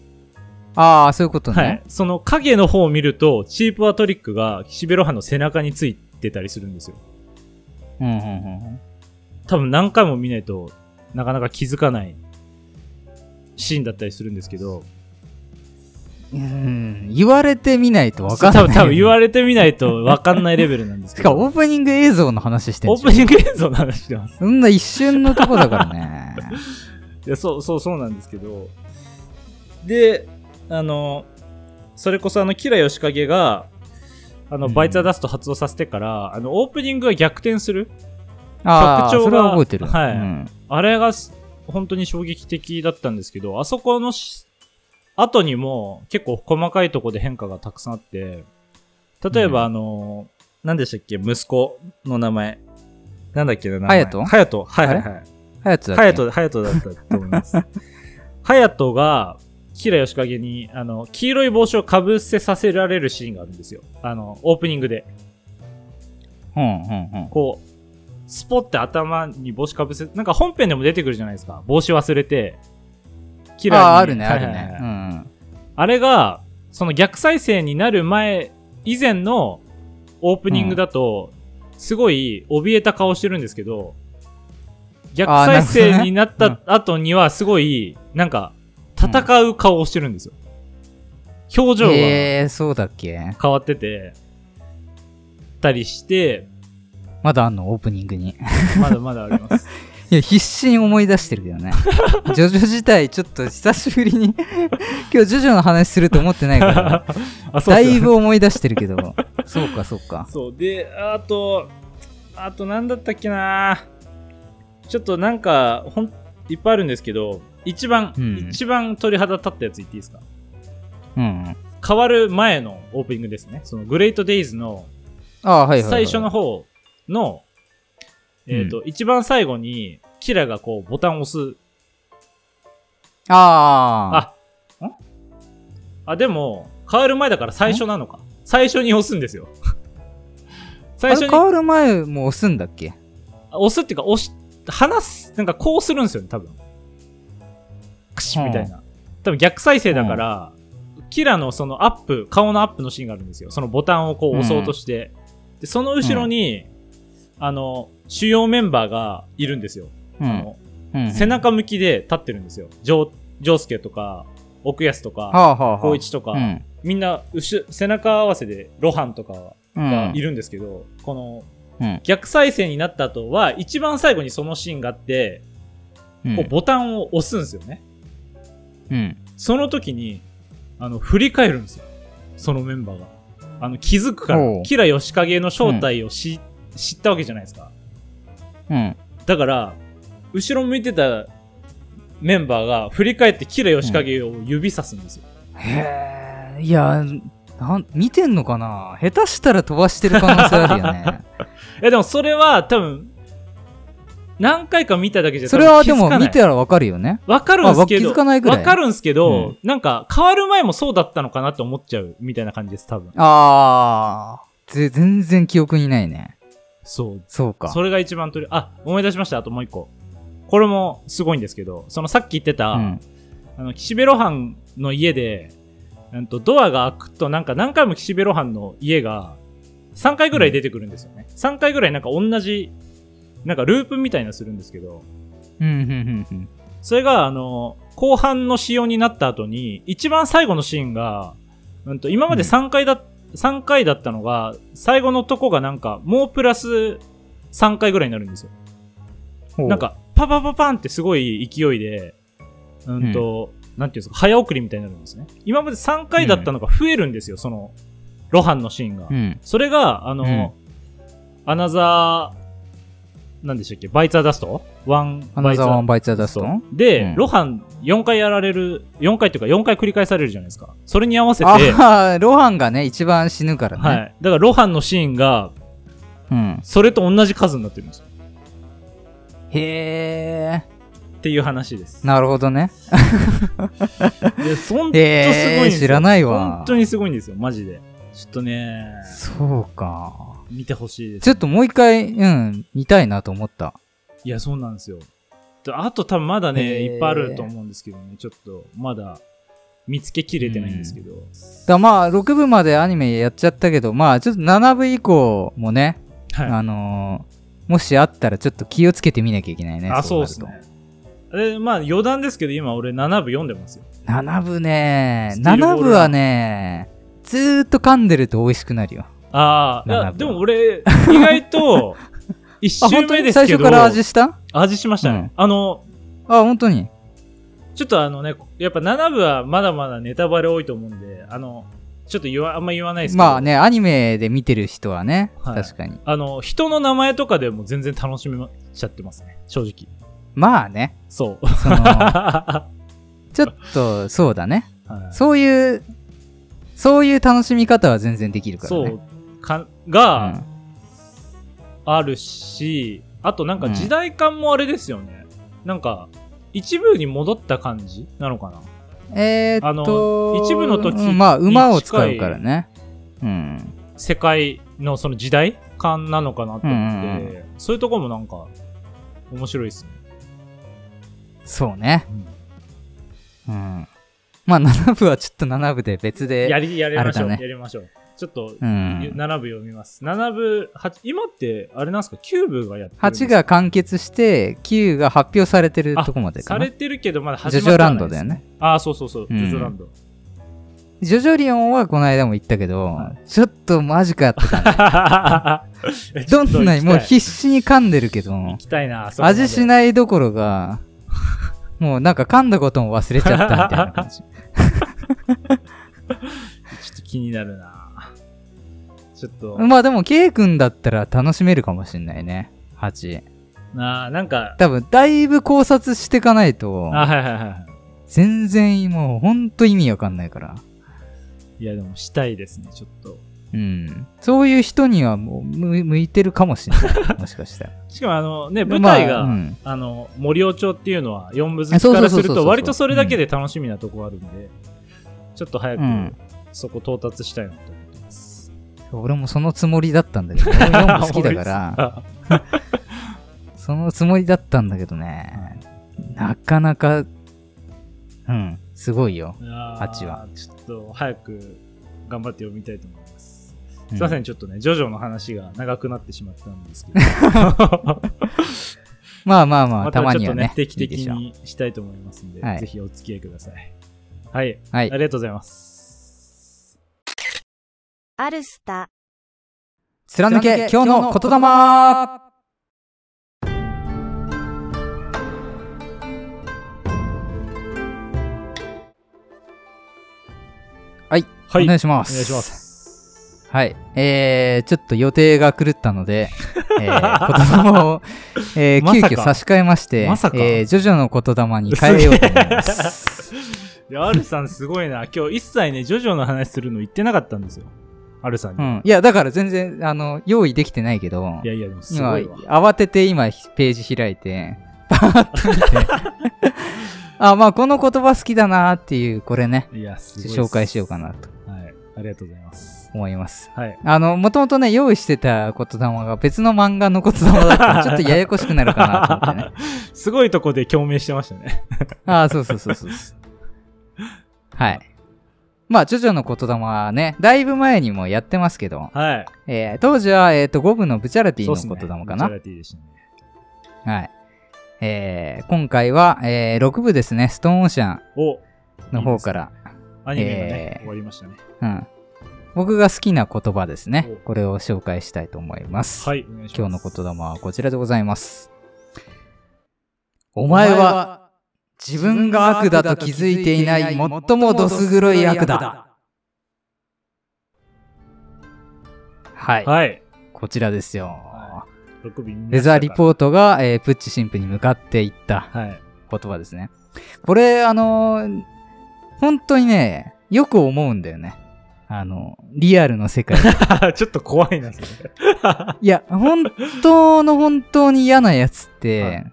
[SPEAKER 2] ああ、そういうことね。
[SPEAKER 1] はい。その影の方を見ると、チープアトリックが岸辺露伴の背中についてたりするんですよ。
[SPEAKER 2] うんうんうんうん。
[SPEAKER 1] 多分何回も見ないとなかなか気づかないシーンだったりするんですけど、
[SPEAKER 2] うん、言われてみないと分かんない。
[SPEAKER 1] 多分多分言われてみないとわかんないレベルなんです
[SPEAKER 2] し
[SPEAKER 1] け
[SPEAKER 2] か
[SPEAKER 1] ど、
[SPEAKER 2] もオープニング映像の話してん
[SPEAKER 1] オ
[SPEAKER 2] じ
[SPEAKER 1] ー
[SPEAKER 2] ゃ
[SPEAKER 1] プ
[SPEAKER 2] ん。
[SPEAKER 1] ニング映像の話してます。
[SPEAKER 2] そんな一瞬のとこだからね。
[SPEAKER 1] いや、そう、そう、そうなんですけど、で、あの、それこそあの、キラヨシカゲが、あの、
[SPEAKER 2] うん
[SPEAKER 1] バイツァダスト発動させてから、あの、オープニングが逆転する
[SPEAKER 2] ああ、
[SPEAKER 1] 曲調が
[SPEAKER 2] それは覚えてる。
[SPEAKER 1] はい
[SPEAKER 2] うん
[SPEAKER 1] あれがす本当に衝撃的だったんですけど、あそこのし後にも結構細かいとこで変化がたくさんあって、例えば、
[SPEAKER 2] うん
[SPEAKER 1] あの、何でしたっけ息子の名前。なんだっけな、名
[SPEAKER 2] ハ
[SPEAKER 1] 前。
[SPEAKER 2] ヤト
[SPEAKER 1] ハヤト。はいはいはい。
[SPEAKER 2] ハヤトだっけ
[SPEAKER 1] ハヤト、ハヤトだったと思います。 ハヤトが、キラヨシカゲに、あの、黄色い帽子をかぶせさせられるシーンがあるんですよ。あの、オープニングで。
[SPEAKER 2] うんうんうん。
[SPEAKER 1] こう、スポって頭に帽子かぶせ、なんか本編でも出てくるじゃないですか。帽子忘れて、キラーに
[SPEAKER 2] ああ、あるね、ある
[SPEAKER 1] はいはい
[SPEAKER 2] ね
[SPEAKER 1] は。い
[SPEAKER 2] うん
[SPEAKER 1] あれが、その逆再生になる前、以前のオープニングだと、すごい怯えた顔してるんですけど、逆再生になっ
[SPEAKER 2] あーな
[SPEAKER 1] た
[SPEAKER 2] る
[SPEAKER 1] 後には、すごい、なんか、戦う顔をしてるんですよ。表情が。
[SPEAKER 2] ええー、そうだっけ
[SPEAKER 1] 変わってて、たりして、
[SPEAKER 2] まだあんのオープニングに。
[SPEAKER 1] まだまだあり ます。
[SPEAKER 2] いや、必死に思い出してるけどね。ジョジョ自体、ちょっと久しぶりに、今日ジョジョの話すると思ってないから、
[SPEAKER 1] あ、そう
[SPEAKER 2] だ
[SPEAKER 1] ですよね
[SPEAKER 2] いぶ思い出してるけど、そうか、そうか。
[SPEAKER 1] そうであとあと何だったっけなちょっとなんかほんいっぱいあるんですけど一番、
[SPEAKER 2] うん
[SPEAKER 1] 一番鳥肌立ったやつ言っていいですか
[SPEAKER 2] うんうん。
[SPEAKER 1] 変わる前のオープニングですねそのグレートデイズの
[SPEAKER 2] ああ、はいはい、はい。
[SPEAKER 1] 最初の。方の、えっ、と、一番最後にキラがこうボタンを押す
[SPEAKER 2] ああ。
[SPEAKER 1] あんあでも変わる前だから最初なのか最初に押すんですよ最
[SPEAKER 2] あ
[SPEAKER 1] 初
[SPEAKER 2] れ
[SPEAKER 1] に
[SPEAKER 2] 変わる前も押すんだっけ
[SPEAKER 1] 押すっていうか、押し、話す、なんかこうするんですよね、多分。クシッみたいな。多分逆再生だから、キラのそのアップ、顔のアップのシーンがあるんですよ。そのボタンをこう押そうとして。で、その後ろに、あの、主要メンバーがいるんですよ。
[SPEAKER 2] う
[SPEAKER 1] あ
[SPEAKER 2] ん。
[SPEAKER 1] の
[SPEAKER 2] うん
[SPEAKER 1] 背。中向きで立ってるんですよ。ジョー、ジョースケとか、奥安と
[SPEAKER 2] は
[SPEAKER 1] か、
[SPEAKER 2] あはあはあ。
[SPEAKER 1] 光一とか、
[SPEAKER 2] うん。
[SPEAKER 1] みんな、うし背中合わせで、ロハンとか
[SPEAKER 2] うん
[SPEAKER 1] がいるんですけど、この、
[SPEAKER 2] うん
[SPEAKER 1] 逆再生になった後は、一番最後にそのシーンがあって、
[SPEAKER 2] うん
[SPEAKER 1] こうボタンを押すんですよね。
[SPEAKER 2] うん。
[SPEAKER 1] その時に、あの、振り返るんですよ。そのメンバーが。あの、気づくか
[SPEAKER 2] お
[SPEAKER 1] ら、
[SPEAKER 2] う
[SPEAKER 1] キラヨシカゲの正体を知,、知ったわけじゃないですか。
[SPEAKER 2] うん。
[SPEAKER 1] だから、後ろ向いてたメンバーが振り返ってキラヨシカゲを指さすんですよ。
[SPEAKER 2] へえ、いや、なん見てんのかな下手したら飛ばしてる可能性あ るよね。
[SPEAKER 1] え、でもそれは多分、何回か見ただけじゃ
[SPEAKER 2] それはで
[SPEAKER 1] 多分気づ
[SPEAKER 2] も
[SPEAKER 1] かない
[SPEAKER 2] 見たらわかるよね。
[SPEAKER 1] わかるんすけ
[SPEAKER 2] あ
[SPEAKER 1] ど、
[SPEAKER 2] わ気づかないぐらい
[SPEAKER 1] わかるんすけど、
[SPEAKER 2] うん
[SPEAKER 1] なんか変わる前もそうだったのかなって思っちゃうみたいな感じです、多分。
[SPEAKER 2] あぜ全然記憶にないね。
[SPEAKER 1] そう。
[SPEAKER 2] そうか。
[SPEAKER 1] それが一番取り、あ、思い出しました。あともう一個。これもすごいんですけど、そのさっき言ってた、
[SPEAKER 2] うん。
[SPEAKER 1] あの、岸辺露伴の家で、うんと、ドアが開くと、なんか何回も岸辺露伴の家が、3回ぐらい出てくるんですよね。3回ぐらいなんか同じ、なんかループみたいなのするんですけど、
[SPEAKER 2] うん、うん、うんうん。
[SPEAKER 1] それが、あの、後半の仕様になった後に、一番最後のシーンが、うんと、今まで
[SPEAKER 2] うん
[SPEAKER 1] 3回だ、三回だったのが、最後のとこがなんか、もうプラス3回ぐらいになるんですよ。
[SPEAKER 2] ほう
[SPEAKER 1] なん、か、パパパパンってすごい勢いで、うんと、なんていうんですか、早送りみたいになるんですね。今まで3回だったのが増えるんですよ、その、露伴のシーンが。
[SPEAKER 2] うん。
[SPEAKER 1] それが、あの、アナザー、なんでしたっけ、バイツアダストワン、
[SPEAKER 2] アナザーワンバイツア
[SPEAKER 1] ダ
[SPEAKER 2] ダストン
[SPEAKER 1] で、
[SPEAKER 2] うん
[SPEAKER 1] 露伴4回やられる、4回というか4回繰り返されるじゃないですか。それに合わせて、
[SPEAKER 2] あ
[SPEAKER 1] は
[SPEAKER 2] あ、ロハンがね、一番死ぬからね。
[SPEAKER 1] い。だから露伴のシーンが、
[SPEAKER 2] うん。
[SPEAKER 1] それと同じ数になってるんですよ。
[SPEAKER 2] へえ。
[SPEAKER 1] っていう話です。
[SPEAKER 2] なるほどね。
[SPEAKER 1] いや、そんとすごいんですよ
[SPEAKER 2] へえ、知らない
[SPEAKER 1] 本
[SPEAKER 2] わ。
[SPEAKER 1] 当にすごいんですよ、マジで。ちょっとね、
[SPEAKER 2] そうか。
[SPEAKER 1] 見てほしいです。
[SPEAKER 2] ちょっともう一回、うん、見たいなと思った。
[SPEAKER 1] いや、そうなんですよ。とあと多分まだ
[SPEAKER 2] へ
[SPEAKER 1] ね、
[SPEAKER 2] ー
[SPEAKER 1] いっぱいあると思うんですけどね、ちょっとまだ見つけきれてないんですけど。
[SPEAKER 2] だまあ、6部までアニメやっちゃったけど、まあ、ちょっと7部以降もね、
[SPEAKER 1] は
[SPEAKER 2] あのーもしあったらちょっと気をつけてみなきゃいけない
[SPEAKER 1] い。
[SPEAKER 2] ね。
[SPEAKER 1] あ、そう
[SPEAKER 2] な
[SPEAKER 1] で
[SPEAKER 2] る
[SPEAKER 1] す
[SPEAKER 2] と
[SPEAKER 1] ね。で、まあ余談ですけど、今俺7部読んでますよ。
[SPEAKER 2] 7部ね、
[SPEAKER 1] スティールボー
[SPEAKER 2] 7
[SPEAKER 1] ル
[SPEAKER 2] 部はね、ずーっと噛んでると美味しくなるよ。
[SPEAKER 1] ああ、い
[SPEAKER 2] 七
[SPEAKER 1] や、
[SPEAKER 2] 部
[SPEAKER 1] でも俺、意外 と、一
[SPEAKER 2] あ、
[SPEAKER 1] 周
[SPEAKER 2] 本当
[SPEAKER 1] 目
[SPEAKER 2] に
[SPEAKER 1] です
[SPEAKER 2] 最
[SPEAKER 1] け
[SPEAKER 2] 初
[SPEAKER 1] ど、
[SPEAKER 2] から味した
[SPEAKER 1] 味しましたね。
[SPEAKER 2] うん
[SPEAKER 1] あの、
[SPEAKER 2] あ、本当に。
[SPEAKER 1] ちょっとあのね、やっぱ7部はまだまだネタバレ多いと思うんで、あの、ちょっと言わ、あんま言わないですけど。
[SPEAKER 2] まあね、アニメで見てる人はね、
[SPEAKER 1] はい
[SPEAKER 2] 確かに。
[SPEAKER 1] あの、人の名前とかでも全然楽しめちゃってますね。正直。
[SPEAKER 2] まあね、
[SPEAKER 1] そう。
[SPEAKER 2] その
[SPEAKER 1] は
[SPEAKER 2] ちょっと、そうだね。
[SPEAKER 1] い
[SPEAKER 2] そういう、そういう楽しみ方は全然できるから
[SPEAKER 1] そ
[SPEAKER 2] ね。
[SPEAKER 1] う。か、が、
[SPEAKER 2] う
[SPEAKER 1] あるし、あとなんか時代感もあれですよね。なんか、一部に戻った感じなのかな。
[SPEAKER 2] んえー、っと
[SPEAKER 1] あの一部の時
[SPEAKER 2] うんまあ、
[SPEAKER 1] に近い
[SPEAKER 2] 馬を使うからね。うん。
[SPEAKER 1] 世界のその時代感なのかなと思って、
[SPEAKER 2] うんう
[SPEAKER 1] そういうとこもなんか、面白いですね。
[SPEAKER 2] そうね。
[SPEAKER 1] うん
[SPEAKER 2] うん。まあ、7部はちょっと7部で別で。
[SPEAKER 1] やり、やりましょ
[SPEAKER 2] あ
[SPEAKER 1] う、
[SPEAKER 2] れだ
[SPEAKER 1] や
[SPEAKER 2] ね
[SPEAKER 1] りましょう。ちょっと、
[SPEAKER 2] うん。
[SPEAKER 1] 7部読みます。7部、八今って、あれなんですか、9部がやってるんです
[SPEAKER 2] 8
[SPEAKER 1] か
[SPEAKER 2] が完結して、9が発表されてるとこまでか
[SPEAKER 1] さ
[SPEAKER 2] な。
[SPEAKER 1] れてるけど、まだ始
[SPEAKER 2] ジョ
[SPEAKER 1] まっ
[SPEAKER 2] ジョ
[SPEAKER 1] ては
[SPEAKER 2] ラ
[SPEAKER 1] ない
[SPEAKER 2] ンドだよ
[SPEAKER 1] ね。
[SPEAKER 2] ね。
[SPEAKER 1] ああ、そうそうそう、
[SPEAKER 2] うん
[SPEAKER 1] ジョジョラン ド。
[SPEAKER 2] ジョジョリオンはこの間も言ったけど、
[SPEAKER 1] は
[SPEAKER 2] ちょっとマジかって感 じ。どんなにもう必死に噛んでるけど、
[SPEAKER 1] 行きたいな、そこまで
[SPEAKER 2] 味しないどこ ろが、もうなんか噛んだことも忘れちゃったみたい な感じ。
[SPEAKER 1] ちょっと気になるな。ちょっと、
[SPEAKER 2] まあでも、K 君だったら楽しめるかもしんないね。8。
[SPEAKER 1] なあなんか、
[SPEAKER 2] 多分、だいぶ考察していかないと、
[SPEAKER 1] あ、はいはいはいは
[SPEAKER 2] 全然もうほんと意味わかんないから。
[SPEAKER 1] い。いや、でもしたいですね、ちょっと。
[SPEAKER 2] うん。そういう人にはもう向向いてるかもし んない。もしかしたら。
[SPEAKER 1] しかも、あのね、舞台
[SPEAKER 2] まあ
[SPEAKER 1] が、
[SPEAKER 2] うん
[SPEAKER 1] あの、森尾町っていうのは4部ずつ
[SPEAKER 2] そう
[SPEAKER 1] か
[SPEAKER 2] そう
[SPEAKER 1] ら
[SPEAKER 2] そ
[SPEAKER 1] す
[SPEAKER 2] うそう
[SPEAKER 1] る
[SPEAKER 2] そう
[SPEAKER 1] と、割とそれだけで楽しみなとこあるんで、ちょっと早く
[SPEAKER 2] うん
[SPEAKER 1] そこ到達したいなと思ってます。
[SPEAKER 2] 俺もそのつもりだったんだ けど、俺4も好きだから、
[SPEAKER 1] ら。
[SPEAKER 2] そのつもりだったんだけどね、なかなか、うん、すごいよ。
[SPEAKER 1] いやー
[SPEAKER 2] 八話
[SPEAKER 1] ちょっと早く頑張って読みたいと思います。
[SPEAKER 2] う
[SPEAKER 1] すいませ
[SPEAKER 2] ん。
[SPEAKER 1] ん、ちょっとね、ジョジョの話が長くなってしまったん ですけど。ま
[SPEAKER 2] まあ まあまあ、た
[SPEAKER 1] た
[SPEAKER 2] ま
[SPEAKER 1] ちょっ
[SPEAKER 2] に
[SPEAKER 1] と
[SPEAKER 2] は
[SPEAKER 1] ね
[SPEAKER 2] ね、。
[SPEAKER 1] 定期的
[SPEAKER 2] いいでしょう
[SPEAKER 1] にしたいと思いますんで、
[SPEAKER 2] はい
[SPEAKER 1] ぜひお付き合いください。はい、
[SPEAKER 2] は
[SPEAKER 1] あり
[SPEAKER 2] い。
[SPEAKER 1] がとうございます。
[SPEAKER 3] アルスタ、
[SPEAKER 2] 貫け、今日の言霊
[SPEAKER 1] は
[SPEAKER 2] は
[SPEAKER 1] い、お
[SPEAKER 2] い、お願
[SPEAKER 1] 願
[SPEAKER 2] い
[SPEAKER 1] い
[SPEAKER 2] します。
[SPEAKER 1] しま。す。
[SPEAKER 2] はい。えー、ちょっと予定が狂った ので、えー、言霊を、えー
[SPEAKER 1] ま
[SPEAKER 2] 急
[SPEAKER 1] さか
[SPEAKER 2] 遽差し替えまして、
[SPEAKER 1] まさか
[SPEAKER 2] えー、ジョジョの言霊に変えようと思います。
[SPEAKER 1] で、アルさんすごいな。今日一切ね、ジョジョの話するの言ってなかったんですよ。アルさん
[SPEAKER 2] う
[SPEAKER 1] に。
[SPEAKER 2] ん。いや、だから全然、あの、用意できてないけど
[SPEAKER 1] い、やいや、でもす
[SPEAKER 2] 今、
[SPEAKER 1] ごいわ。
[SPEAKER 2] 慌てて今、ページ開いて、 パーッと見て、あ、まあ、この言葉好きだなっていう、これね、
[SPEAKER 1] いや、すごいっす。
[SPEAKER 2] 紹介しようかなと。
[SPEAKER 1] はい。ありがとうございます。
[SPEAKER 2] 思います。
[SPEAKER 1] はい。
[SPEAKER 2] あの、もともとね、用意してた言霊が別の漫画の言霊だったら、ちょっとややこしくなるかなと思ってね。
[SPEAKER 1] すごいとこで共鳴してましたね。
[SPEAKER 2] ああ、そうそうそうそうそう。はい。まあ、ジョジョの言霊はね、だいぶ前にもやってますけど、
[SPEAKER 1] はい。
[SPEAKER 2] えー当時は、えっ、と、5部のブチャラティ
[SPEAKER 1] そう
[SPEAKER 2] の
[SPEAKER 1] っすね
[SPEAKER 2] 言霊かな。
[SPEAKER 1] チャラティでしたね。
[SPEAKER 2] はい。えー今回は、え6部ですね、ストーンオーシャン
[SPEAKER 1] お、
[SPEAKER 2] の方から。
[SPEAKER 1] アニメがね、
[SPEAKER 2] えー
[SPEAKER 1] 終わりましたね。
[SPEAKER 2] うん。僕が好きな言葉ですね
[SPEAKER 1] お。
[SPEAKER 2] これを紹介したいと思います。
[SPEAKER 1] はい、お願いし
[SPEAKER 2] 今
[SPEAKER 1] ま
[SPEAKER 2] 日の
[SPEAKER 1] す。
[SPEAKER 2] 言霊はこちらでございます。お前は自分が悪だと気づいていない最もどす黒い悪だ。はい。
[SPEAKER 1] はい。
[SPEAKER 2] こちらですよ。
[SPEAKER 1] は6尾
[SPEAKER 2] レザーリ
[SPEAKER 1] ー
[SPEAKER 2] ポートが、えープッチ神父に向かっていった
[SPEAKER 1] ト。はい。
[SPEAKER 2] 言葉ですね。これ、あのー本当にね、よく思うんだよね。あの、リアルの世界で。
[SPEAKER 1] ちょっと怖い な、それ。
[SPEAKER 2] いや、本当の本当に嫌なやつって、
[SPEAKER 1] はい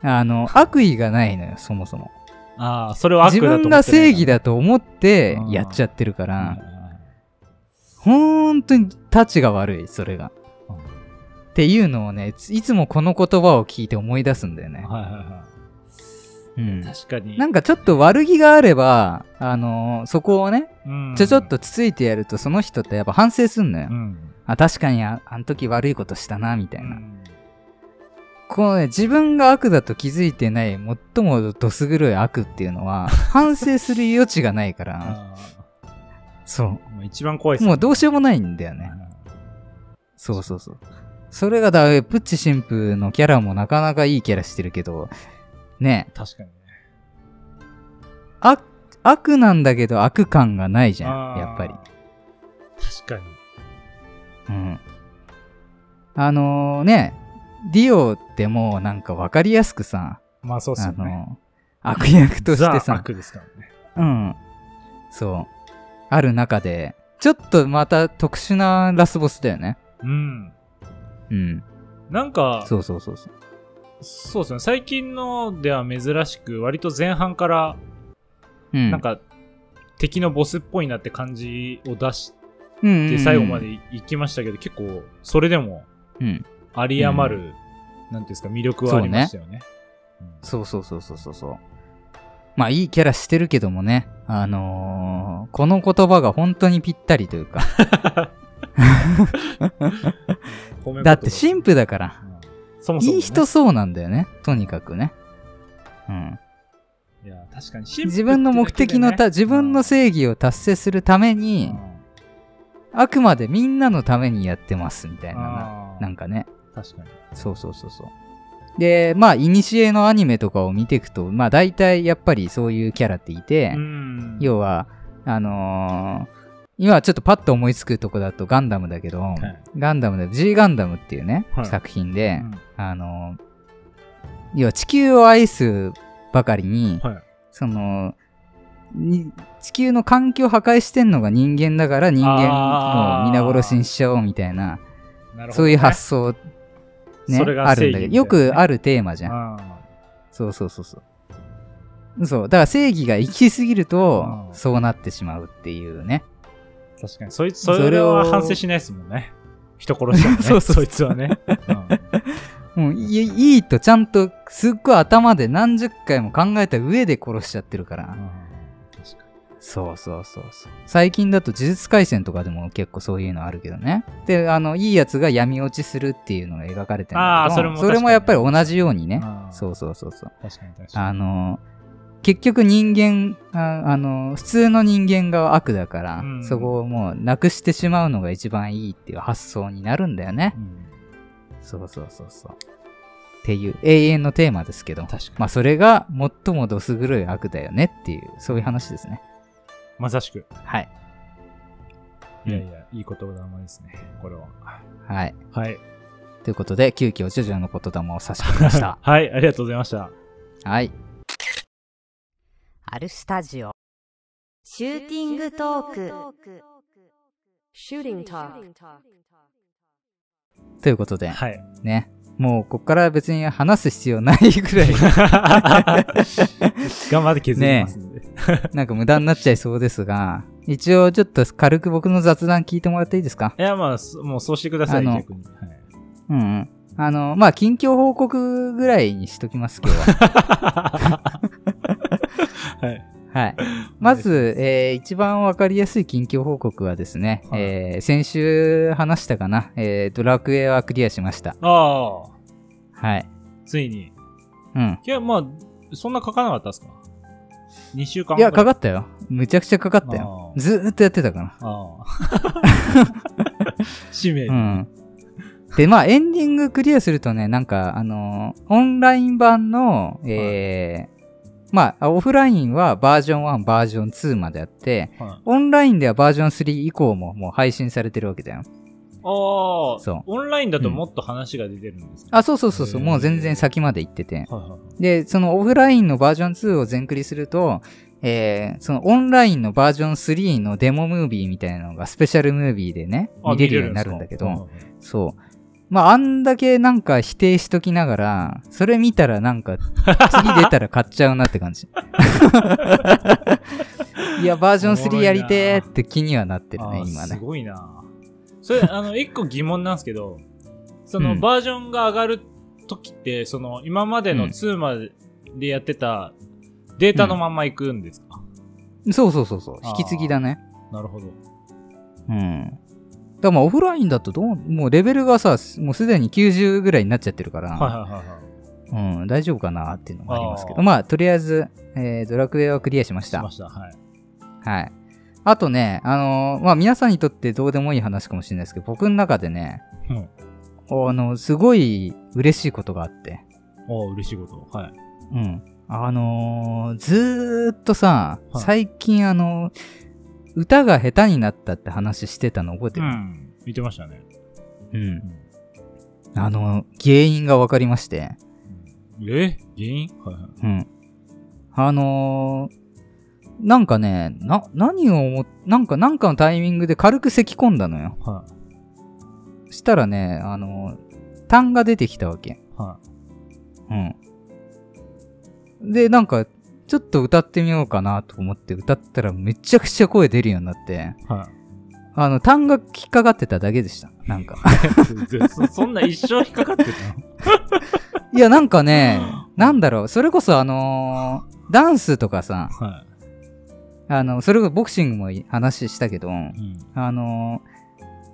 [SPEAKER 2] あの、悪意がないのよ、そもそも。
[SPEAKER 1] ああ、それは悪
[SPEAKER 2] 自
[SPEAKER 1] だと思って
[SPEAKER 2] 分が正義
[SPEAKER 1] だ。
[SPEAKER 2] だと思って
[SPEAKER 1] うん
[SPEAKER 2] やっちゃってるから、
[SPEAKER 1] うん
[SPEAKER 2] 本当にタチが悪い、それが。
[SPEAKER 1] うん
[SPEAKER 2] っていうのをね、いつもこの言葉を聞いて思い出すんだよね。
[SPEAKER 1] はいはいは
[SPEAKER 2] うん
[SPEAKER 1] い。確かに。
[SPEAKER 2] なんかちょっと悪気があれば、あのそこをね、
[SPEAKER 1] うん
[SPEAKER 2] ちょちょっとつついてやると、その人ってやっぱ反省すんのよ。
[SPEAKER 1] うん。
[SPEAKER 2] あ、確かにあ、あの時悪いことしたな、みた
[SPEAKER 1] う
[SPEAKER 2] いな。
[SPEAKER 1] ん
[SPEAKER 2] このね、自分が悪だと気づいてない、最もどす黒い悪っていう のは、反省する余地がないか
[SPEAKER 1] あ
[SPEAKER 2] ら、そ
[SPEAKER 1] ーもう一番怖いっ
[SPEAKER 2] う。
[SPEAKER 1] す
[SPEAKER 2] もうどうしようもないんだよね。そうそうそう。それがだ、プッチ神父のキャラもなかなかいいキャラしてるけど、ね、
[SPEAKER 1] 確かにね。
[SPEAKER 2] 悪、悪なんだけど悪感がないじゃ
[SPEAKER 1] あ
[SPEAKER 2] ん、
[SPEAKER 1] ー
[SPEAKER 2] やっぱり。。
[SPEAKER 1] 確かに。
[SPEAKER 2] うん。あのね、ディオってもうなんかわかりやすくさ、
[SPEAKER 1] まあそうっす
[SPEAKER 2] あ
[SPEAKER 1] よね。
[SPEAKER 2] の、悪役として
[SPEAKER 1] ザ
[SPEAKER 2] さ、
[SPEAKER 1] 悪ですからね。
[SPEAKER 2] うん。そう。ある中で、ちょっとまた特殊なラスボスだよね。
[SPEAKER 1] うん。
[SPEAKER 2] うん。
[SPEAKER 1] なんか、
[SPEAKER 2] そうそうそうそう。
[SPEAKER 1] そうですね。最近のでは珍しく、割と前半から、
[SPEAKER 2] うん。
[SPEAKER 1] なんか、敵のボスっぽいなって感じを出し
[SPEAKER 2] うんうんうん、
[SPEAKER 1] て、最後まで行きましたけど、結構、それでも、
[SPEAKER 2] うん。
[SPEAKER 1] 有り余る、なんていうんですか、魅力はありましたよね。うん
[SPEAKER 2] そうそうそうそうそうそう。まあいいキャラしてるけどもね、あのーこの言葉が本当にぴったりというか、
[SPEAKER 1] 褒め言葉
[SPEAKER 2] だって神父だから、
[SPEAKER 1] うんそもそもね、
[SPEAKER 2] いい人そうなんだよね、とにかくね。うん、
[SPEAKER 1] いや、確かに、
[SPEAKER 2] 自分の目的のた、自分の
[SPEAKER 1] い
[SPEAKER 2] 正義を達成するために、あくまでみんなのためにやってますみたいなななん
[SPEAKER 1] か、
[SPEAKER 2] かね
[SPEAKER 1] 確かに。
[SPEAKER 2] そうそうそうそうでまあいにしえのアニメとかを見ていくとまあ大体やっぱりそういうキャラっていて、
[SPEAKER 1] うん
[SPEAKER 2] 要はあのー今ちょっとパッと思いつくとこだとガンダムだけど、
[SPEAKER 1] い
[SPEAKER 2] ガンダムで G ガンダムっていうね、
[SPEAKER 1] はい
[SPEAKER 2] 作品
[SPEAKER 1] う
[SPEAKER 2] で、
[SPEAKER 1] ん
[SPEAKER 2] あのー要は地球を愛すばかりに、
[SPEAKER 1] はい
[SPEAKER 2] そのに地球の環境を破壊してんのが人間だから人間
[SPEAKER 1] あ
[SPEAKER 2] を
[SPEAKER 1] ー
[SPEAKER 2] 皆殺しにしちゃおうみたい
[SPEAKER 1] なる
[SPEAKER 2] な
[SPEAKER 1] ほどね
[SPEAKER 2] そういう発想ね、
[SPEAKER 1] それが
[SPEAKER 2] ある
[SPEAKER 1] 正
[SPEAKER 2] ん
[SPEAKER 1] 義みた
[SPEAKER 2] だけ
[SPEAKER 1] いなね
[SPEAKER 2] ど、よくあるテーマじゃん。
[SPEAKER 1] あ
[SPEAKER 2] そうそうそうそう。そう、だから正義が行き過ぎると
[SPEAKER 1] う、ん
[SPEAKER 2] そうなってしまうっていうね。
[SPEAKER 1] ー確かにそいつ
[SPEAKER 2] それを
[SPEAKER 1] それは反省しないですもんね人殺したもんね
[SPEAKER 2] そうそう
[SPEAKER 1] そいつはね、
[SPEAKER 2] もういいいとちゃんとすっごい頭で何十回も考えた上で殺しちゃってるから。そうそうそうそう。最近だと呪術廻戦とかでも結構そういうのあるけどね。で、あの、いいやつが闇落ちするっていうのが描かれてるんだ
[SPEAKER 1] あ
[SPEAKER 2] け
[SPEAKER 1] ーそ
[SPEAKER 2] ど、
[SPEAKER 1] れも確かに
[SPEAKER 2] やっぱり同じようにね。
[SPEAKER 1] そ
[SPEAKER 2] そううそうそうそう。
[SPEAKER 1] 確かに確か
[SPEAKER 2] あ
[SPEAKER 1] に
[SPEAKER 2] の、結局人間、ああの、普通の人間が悪だから、
[SPEAKER 1] うん
[SPEAKER 2] そこをもうなくしてしまうのが一番いいっていう発想になるんだよね。
[SPEAKER 1] うん
[SPEAKER 2] そうそうそうそう。っていう永遠のテーマですけど、
[SPEAKER 1] 確かに
[SPEAKER 2] まあそれが最もどす黒い悪だよねっていう、そういう話ですね。
[SPEAKER 1] まさしく
[SPEAKER 2] はい。
[SPEAKER 1] いやいやいい言葉だまですねこれは
[SPEAKER 2] はい。
[SPEAKER 1] はい
[SPEAKER 2] ということで、急遽ジョジョの言霊を差し込みま した。
[SPEAKER 1] はいありがとうございました
[SPEAKER 2] はい。
[SPEAKER 4] アルスタジオ
[SPEAKER 3] シューティングトーク。
[SPEAKER 4] シューティングトーク
[SPEAKER 2] ということで、
[SPEAKER 1] はい
[SPEAKER 2] ね。もうこっから別に話す必要ないぐらい
[SPEAKER 1] 頑張って削りますんで。
[SPEAKER 2] なんか無駄になっちゃいそうですが、一応ちょっと軽く僕の雑談聞いてもらっていいですか
[SPEAKER 1] いや、まあ、そもうそうしてください、
[SPEAKER 2] あの
[SPEAKER 1] 逆に。はい
[SPEAKER 2] うんうん。あの、まあ、近況報告ぐらいにしときます、今日は。
[SPEAKER 1] はい。
[SPEAKER 2] はい。まず、えー一番わかりやすい近況報告はですね、
[SPEAKER 1] はい
[SPEAKER 2] えー先週話したかな、えードラクエはクリアしました。
[SPEAKER 1] ああ、
[SPEAKER 2] はい。
[SPEAKER 1] ついに。
[SPEAKER 2] うん。
[SPEAKER 1] いや、まあ、そんな書かなかったですか ?2 週間
[SPEAKER 2] いや、かか
[SPEAKER 1] っ
[SPEAKER 2] ったよ。むちゃくちゃかかったよ。
[SPEAKER 1] よ。
[SPEAKER 2] ずーっとやってたから。
[SPEAKER 1] ああ。 使命
[SPEAKER 2] う
[SPEAKER 1] に。
[SPEAKER 2] ん。で、まあ、エンディングクリアするとね、なんか、あのーオンライン版の、えーまあ、オフラインはバージョン1、バージョン2まであって、
[SPEAKER 1] はい
[SPEAKER 2] オンラインではバージョン3以降ももう配信されてるわけだよ。
[SPEAKER 1] ああ、
[SPEAKER 2] そう
[SPEAKER 1] オンラインだともっと話が出てるんですね。
[SPEAKER 2] あ、そうそうそうそう、
[SPEAKER 1] へー
[SPEAKER 2] もう全然先まで行ってて。
[SPEAKER 1] はいはいはい
[SPEAKER 2] で、そのオフラインのバージョン2を全クリすると、えーそのオンラインのバージョン3のデモムービーみたいなのがスペシャルムービーでね、
[SPEAKER 1] あ
[SPEAKER 2] 見れるようになるんだけど、
[SPEAKER 1] 見れるんですか
[SPEAKER 2] そう。まあ、あんだけなんか否定しときながら、それ見たらなんか、次出たら買っちゃうなって 感じ。いや、バージョン3やりてーって気にはなってる
[SPEAKER 1] あ
[SPEAKER 2] ね、
[SPEAKER 1] ー
[SPEAKER 2] 今
[SPEAKER 1] す
[SPEAKER 2] ね。
[SPEAKER 1] ごいな。それ、 あの、一個疑問なんですけど、そうの
[SPEAKER 2] ん
[SPEAKER 1] バージョンが上がるときって、その今まで
[SPEAKER 2] う
[SPEAKER 1] の
[SPEAKER 2] ん
[SPEAKER 1] 2までやってたデータのまんまいくんですか、
[SPEAKER 2] そうそうそうそう。引き継ぎだね。
[SPEAKER 1] なるほど。
[SPEAKER 2] うん。だからまあ、オフラインだとどう、もうレベルがさ、もうすでに90ぐらいになっちゃってるから、
[SPEAKER 1] はいはいはいはい。
[SPEAKER 2] うん、大丈夫かなっていうのもありますけど、
[SPEAKER 1] あー
[SPEAKER 2] まあ、とりあえず、えードラクエはクリアしまし。
[SPEAKER 1] したました。はい。
[SPEAKER 2] はい。あとね、あのーまあ、皆さんにとってどうでもいい話かもしれないですけど、僕の中でね、
[SPEAKER 1] うん
[SPEAKER 2] あの、すごい嬉しいことがあって、
[SPEAKER 1] おー嬉しいこと。はい。
[SPEAKER 2] うん。あのーずーっとさ、
[SPEAKER 1] はい
[SPEAKER 2] 最近あの歌が下手になったって話してたの覚えて
[SPEAKER 1] う
[SPEAKER 2] る、
[SPEAKER 1] ん。見てましたね。
[SPEAKER 2] うん、あの、原因が分かりまして、
[SPEAKER 1] え原因はいはい。
[SPEAKER 2] うん。あのーなんかね、な、何を思っ、なんか、なんかのタイミングで軽く咳き込んだのよ。
[SPEAKER 1] は
[SPEAKER 2] したらね、あの、痰が出てきたわけ。
[SPEAKER 1] い。は
[SPEAKER 2] うん。で、なんか、ちょっと歌ってみようかなと思って歌ったらめちゃくちゃ声出るようになって、
[SPEAKER 1] い。はい。
[SPEAKER 2] あの、痰が引っかかってただけでした。なんか。
[SPEAKER 1] そそんな一生引っかかってたの
[SPEAKER 2] いや、なん かね、なんだろう、それこそあのーダンスとかさ、
[SPEAKER 1] は
[SPEAKER 2] あの、それこそボクシングも話したけど、
[SPEAKER 1] い。うん。
[SPEAKER 2] あのー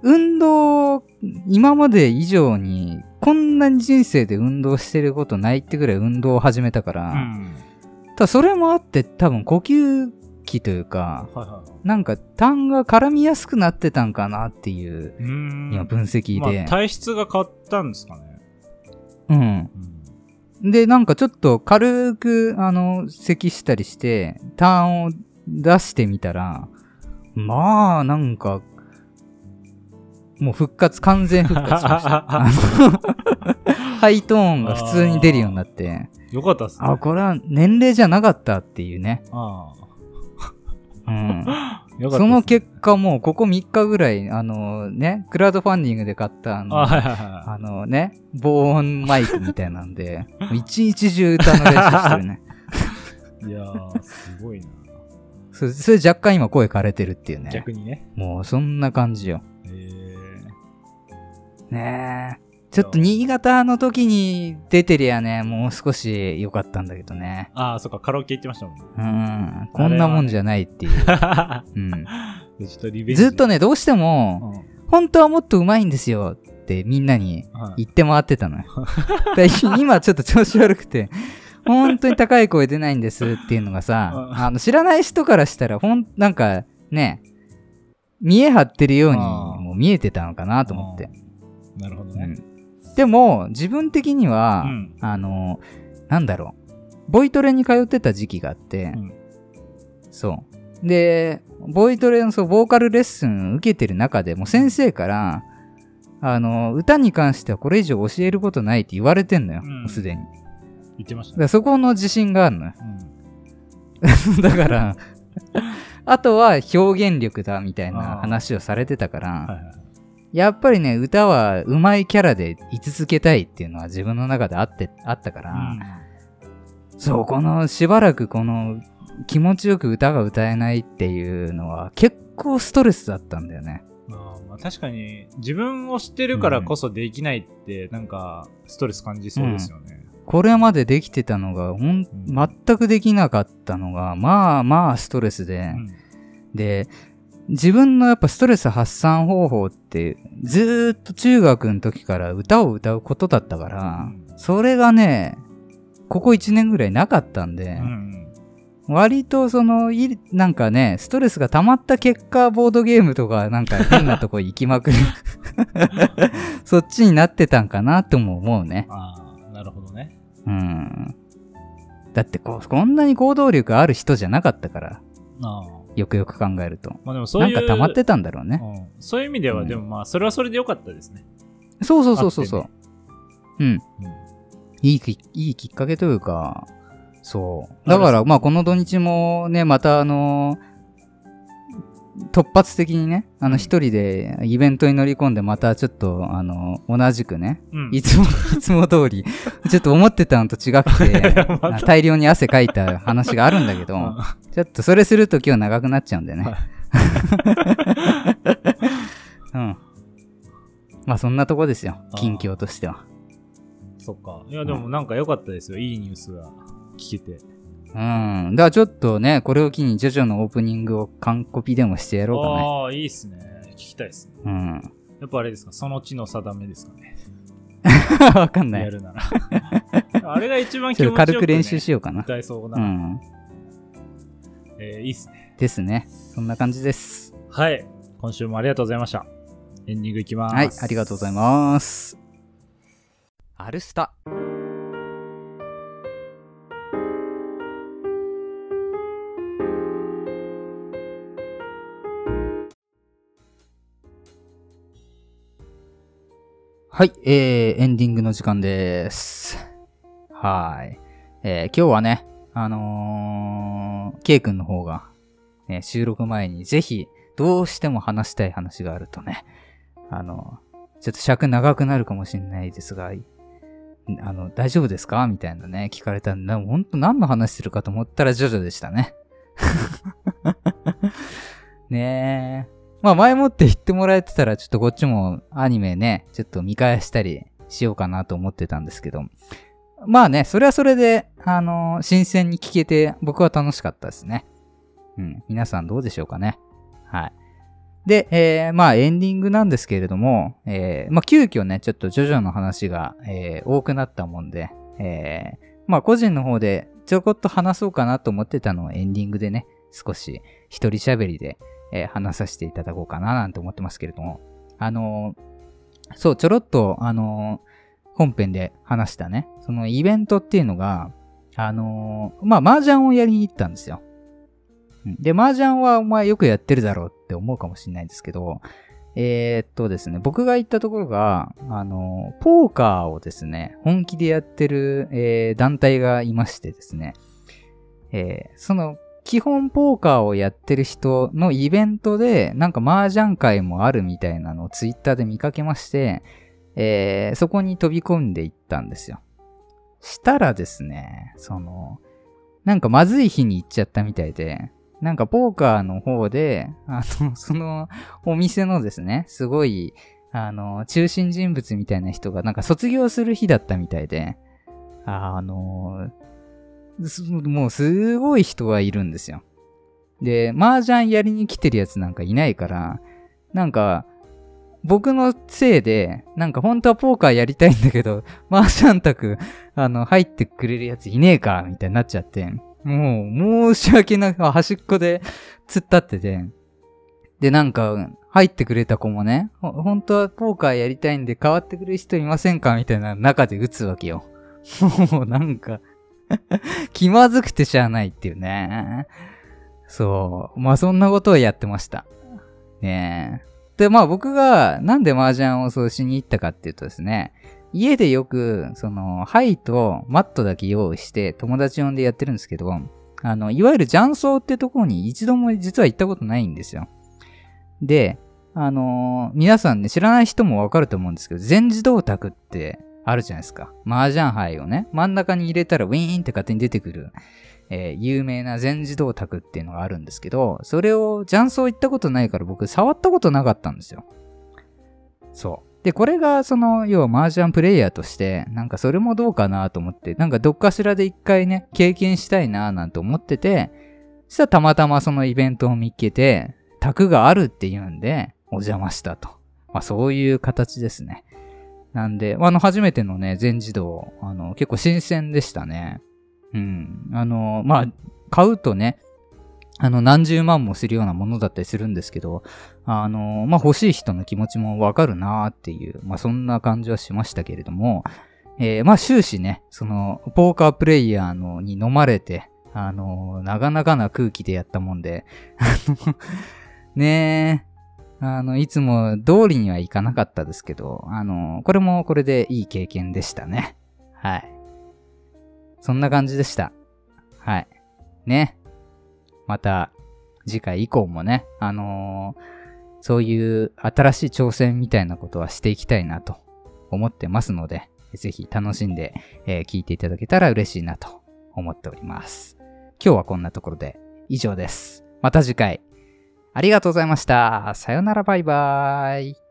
[SPEAKER 2] 運動、今まで以上に、こんなに人生で運動してることないってぐらい運動を始めたから、
[SPEAKER 1] うん。
[SPEAKER 2] ただそれもあって多分呼吸器というか、
[SPEAKER 1] はいはいはい。
[SPEAKER 2] なんか痰が絡みやすくなってたんかなっていう
[SPEAKER 1] うーん。
[SPEAKER 2] 今分析
[SPEAKER 1] まあ
[SPEAKER 2] で、
[SPEAKER 1] 体質が変わったんですかね。
[SPEAKER 2] うん。
[SPEAKER 1] うん。
[SPEAKER 2] で、なんかちょっと軽く、あの、咳したりして、痰を出してみたら、まあ、なんか、もう復活、完全復 活しました。ハイトーンが普通に出るようになって、
[SPEAKER 1] よかったっすね。
[SPEAKER 2] あ、これは年齢じゃなかったっていうね。
[SPEAKER 1] あ
[SPEAKER 2] うん。
[SPEAKER 1] あ。よかったっすね。
[SPEAKER 2] その結果もうここ3日ぐらい、あのね、クラウドファンディングで買ったあの、
[SPEAKER 1] あはいはい
[SPEAKER 2] あのね、防音マイクみたいなんで、一日中歌の練習して るね。
[SPEAKER 1] はい。いやー、すごいな。
[SPEAKER 2] それそれ若干今声枯れてるっていうね
[SPEAKER 1] 逆。にね。
[SPEAKER 2] もうそんな感じよ。
[SPEAKER 1] えー。
[SPEAKER 2] ねえ。ちょっと新潟の時に出てりゃね、もう少し良かったんだけどね。
[SPEAKER 1] ああ、そっか、カラオケ行ってましたもん ね。
[SPEAKER 2] うん。こんなもんじゃないっていう。うん。
[SPEAKER 1] でちょっとリベンジ。
[SPEAKER 2] ずっと
[SPEAKER 1] ね。
[SPEAKER 2] ね、どうしても、本当はもっと上手いんですよってみんなに
[SPEAKER 1] はい
[SPEAKER 2] 言って回ってたのよ。 で今ちょっと調子悪くて、本当に高い声出ないんですっていうのがさ、
[SPEAKER 1] うん
[SPEAKER 2] あの知らない人からしたら、ほん、なんかね、見え張ってるようにもう見えてたのかなと思って。
[SPEAKER 1] うん。なるほど
[SPEAKER 2] う
[SPEAKER 1] ね。
[SPEAKER 2] んでも、自分的に
[SPEAKER 1] う
[SPEAKER 2] は、
[SPEAKER 1] ん。
[SPEAKER 2] あの、なんだろう。ボイトレに通ってた時期があって、
[SPEAKER 1] うん
[SPEAKER 2] そう。で、ボイトレのそうボーカルレッスン受けてる中でもう先生から、あの、歌に関してはこれ以上教えることないって言われてんのよ、
[SPEAKER 1] うん
[SPEAKER 2] もうすでに。だ
[SPEAKER 1] 言ってました
[SPEAKER 2] から
[SPEAKER 1] ね。
[SPEAKER 2] そこの自信があるのよ。
[SPEAKER 1] うん
[SPEAKER 2] だから、 あとは表現力だみたいな話をされてたから、
[SPEAKER 1] はいはい。
[SPEAKER 2] やっぱりね、歌は上手いキャラで居続けたいっていうのは自分の中であって、あったから、そう、このしばらくこの気持ちよく歌が歌えないっていうのは結構ストレスだったんだよね。
[SPEAKER 1] まあまあ、確かに自分を知ってるからこそできないってなんかストレス感じそうですよね。
[SPEAKER 2] これまでできてたのが、ほん、
[SPEAKER 1] うん
[SPEAKER 2] 全くできなかったのが、まあまあストレスで、で、自分のやっぱストレス発散方法って、ずーっと中学の時から歌を歌うことだったから、
[SPEAKER 1] うん
[SPEAKER 2] それがね、ここ1年ぐらいなかったんで、
[SPEAKER 1] うんうん
[SPEAKER 2] 割とそのいいなんかねストレスが溜まった結果ボードゲームとかなんか変なとこ行きまく るそっちになってたんかなとも思うね
[SPEAKER 1] ああ、なるほどね。
[SPEAKER 2] うんだってこうこんなに行動力ある人じゃなかったから
[SPEAKER 1] ああ
[SPEAKER 2] よくよく考えると
[SPEAKER 1] まあでもそう
[SPEAKER 2] なん
[SPEAKER 1] いう。
[SPEAKER 2] か溜まってたんだろうね
[SPEAKER 1] うんそういう意味では、
[SPEAKER 2] うん
[SPEAKER 1] でもまあそれはそれでよかったですね。
[SPEAKER 2] そうそうそうそうそう、
[SPEAKER 1] あっ
[SPEAKER 2] うんいいきいいきっかけというかそうだからまあこの土日もねまたあの突発的にねあの一人でイベントに乗り込んでまたちょっとあの同じくね
[SPEAKER 1] うん。
[SPEAKER 2] いつも いつも通りちょっと思ってたのと違 くて
[SPEAKER 1] また
[SPEAKER 2] 大量に汗かいた話があるんだけど
[SPEAKER 1] うん
[SPEAKER 2] ちょっとそれすると今日長くなっちゃうんでね
[SPEAKER 1] はい。
[SPEAKER 2] うん。まあそんなとこですよ
[SPEAKER 1] あ。ー
[SPEAKER 2] 近況としては。
[SPEAKER 1] そっか。いやでもなんか良かったですよ。いいニュースが聞けて。
[SPEAKER 2] うん。だからちょっとね、これを機にジョジョのオープニングを完コピでもしてやろうかね。
[SPEAKER 1] ああ、いいっすね。聞きたいっすね。
[SPEAKER 2] うん。
[SPEAKER 1] やっぱあれですか、その地の定めですかね。
[SPEAKER 2] わかん な
[SPEAKER 1] や
[SPEAKER 2] い。
[SPEAKER 1] るなら。 あれが一番気
[SPEAKER 2] ち
[SPEAKER 1] 持ち
[SPEAKER 2] ょっ
[SPEAKER 1] よ
[SPEAKER 2] と
[SPEAKER 1] く、ね、
[SPEAKER 2] 軽く練習しようかな。
[SPEAKER 1] 歌えそうな。
[SPEAKER 2] うん。
[SPEAKER 1] えーいいっすね。
[SPEAKER 2] ですね。そんな感じです。
[SPEAKER 1] はい。今週もありがとうございました。エンディングいきます。
[SPEAKER 2] はい、ありがとうございます。アルスタ。はい、えー、エンディングの時間です。はーい。えー、今日はね、あのー、K 君の方が、ね、収録前にぜひ、どうしても話したい話があるとね、あの、ちょっと尺長くなるかもしれないですが、いあの、大丈夫ですかみたいなね、聞かれたんで、でも本当何の話してるかと思ったらジョジョでしたね。ねえ。まあ前もって言ってもらえてたら、ちょっとこっちもアニメね、ちょっと見返したりしようかなと思ってたんですけど、まあね、それはそれで、あの、新鮮に聞けて、僕は楽しかったですね。うん。皆さんどうでしょうかね。はい。で、えーまあエンディングなんですけれども、えーまあ急遽ね、ちょっとジョジョの話が、えー多くなったもんで、えーまあ個人の方でちょこっと話そうかなと思ってたのをエンディングでね、少し一人喋りで、えー話させていただこうかななんて思ってますけれども、あのーそう、ちょろっと、あのー本編で話したね、そのイベントっていうのが、あのーまあ麻雀をやりに行ったんですよ。うんで、麻雀はお前よくやってるだろうって思うかもしれないんですけど、えーっとですね、僕が行ったところが、あの、ポーカーをですね、本気でやってる、えー団体がいましてですね、えーその、基本ポーカーをやってる人のイベントで、なんか麻雀会もあるみたいなのをツイッターで見かけまして、えーそこに飛び込んでいったんですよ。したらですね、その、なんかまずい日に行っちゃったみたいで、なんかポーカーの方で、あの、 そのお店のですね、すごい、あの、中心人物みたいな人が、なんか卒業する日だったみたいで、あの、すもうすごい人がいるんですよ。で、麻雀やりに来てるやつなんかいないから、なんか、僕のせいで、なんか本当はポーカーやりたいんだけど、麻雀卓、あの、入ってくれるやついねえか、みたいになっちゃって。もう、申し訳なく、端っこで 突っ立ってて。で、なんか、入ってくれた子もね、ほ本当はポーカーやりたいんで代わってくれる人いませんかみたいな中で打つわけよ。 もうなんか、 気まずくてしゃあないっていうね。そう。まあそんなことをやってました。ねえ。で、まあ僕がなんで麻雀をそうしに行ったかっていうとですね、家でよく、その、ハイとマットだけ用意して、友達呼んでやってるんですけど、あの、いわゆる雀荘ってところに一度も実は行ったことないんですよ。で、あのー皆さんね、知らない人もわかると思うんですけど、全自動卓ってあるじゃないですか。麻雀牌をね、真ん中に入れたらウィーンって勝手に出てくる、えー有名な全自動卓っていうのがあるんですけど、それを雀荘行ったことないから僕触ったことなかったんですよ。そう。で、これが、その、要は麻雀プレイヤーとして、なんかそれもどうかなと思って、なんかどっかしらで一回ね、経験したいななんて思ってて、そしたらたまたまそのイベントを見っけて、卓があるっていうんで、お邪魔したと。まあそういう形ですね。なんで、あの、初めてのね、全自動、あの、結構新鮮でしたね。うん。あの、まあ、買うとね、あの、何十万もするようなものだったりするんですけど、あの、まあ、欲しい人の気持ちもわかるなーっていう、まあ、そんな感じはしましたけれども、えーまあ、終始ね、その、ポーカープレイヤーのに飲まれて、あの、なかなかな空気でやったもんで、あの、 ねえ、あの、いつも通りにはいかなかったですけど、あの、これもこれでいい経験でしたね。はい。そんな感じでした。はい。ね。また、次回以降もね、あのーそういう新しい挑戦みたいなことはしていきたいなと思ってますので、ぜひ楽しんで、えー聞いていただけたら嬉しいなと思っております。今日はこんなところで以上です。また次回。ありがとうございました。さよならバイバーイ。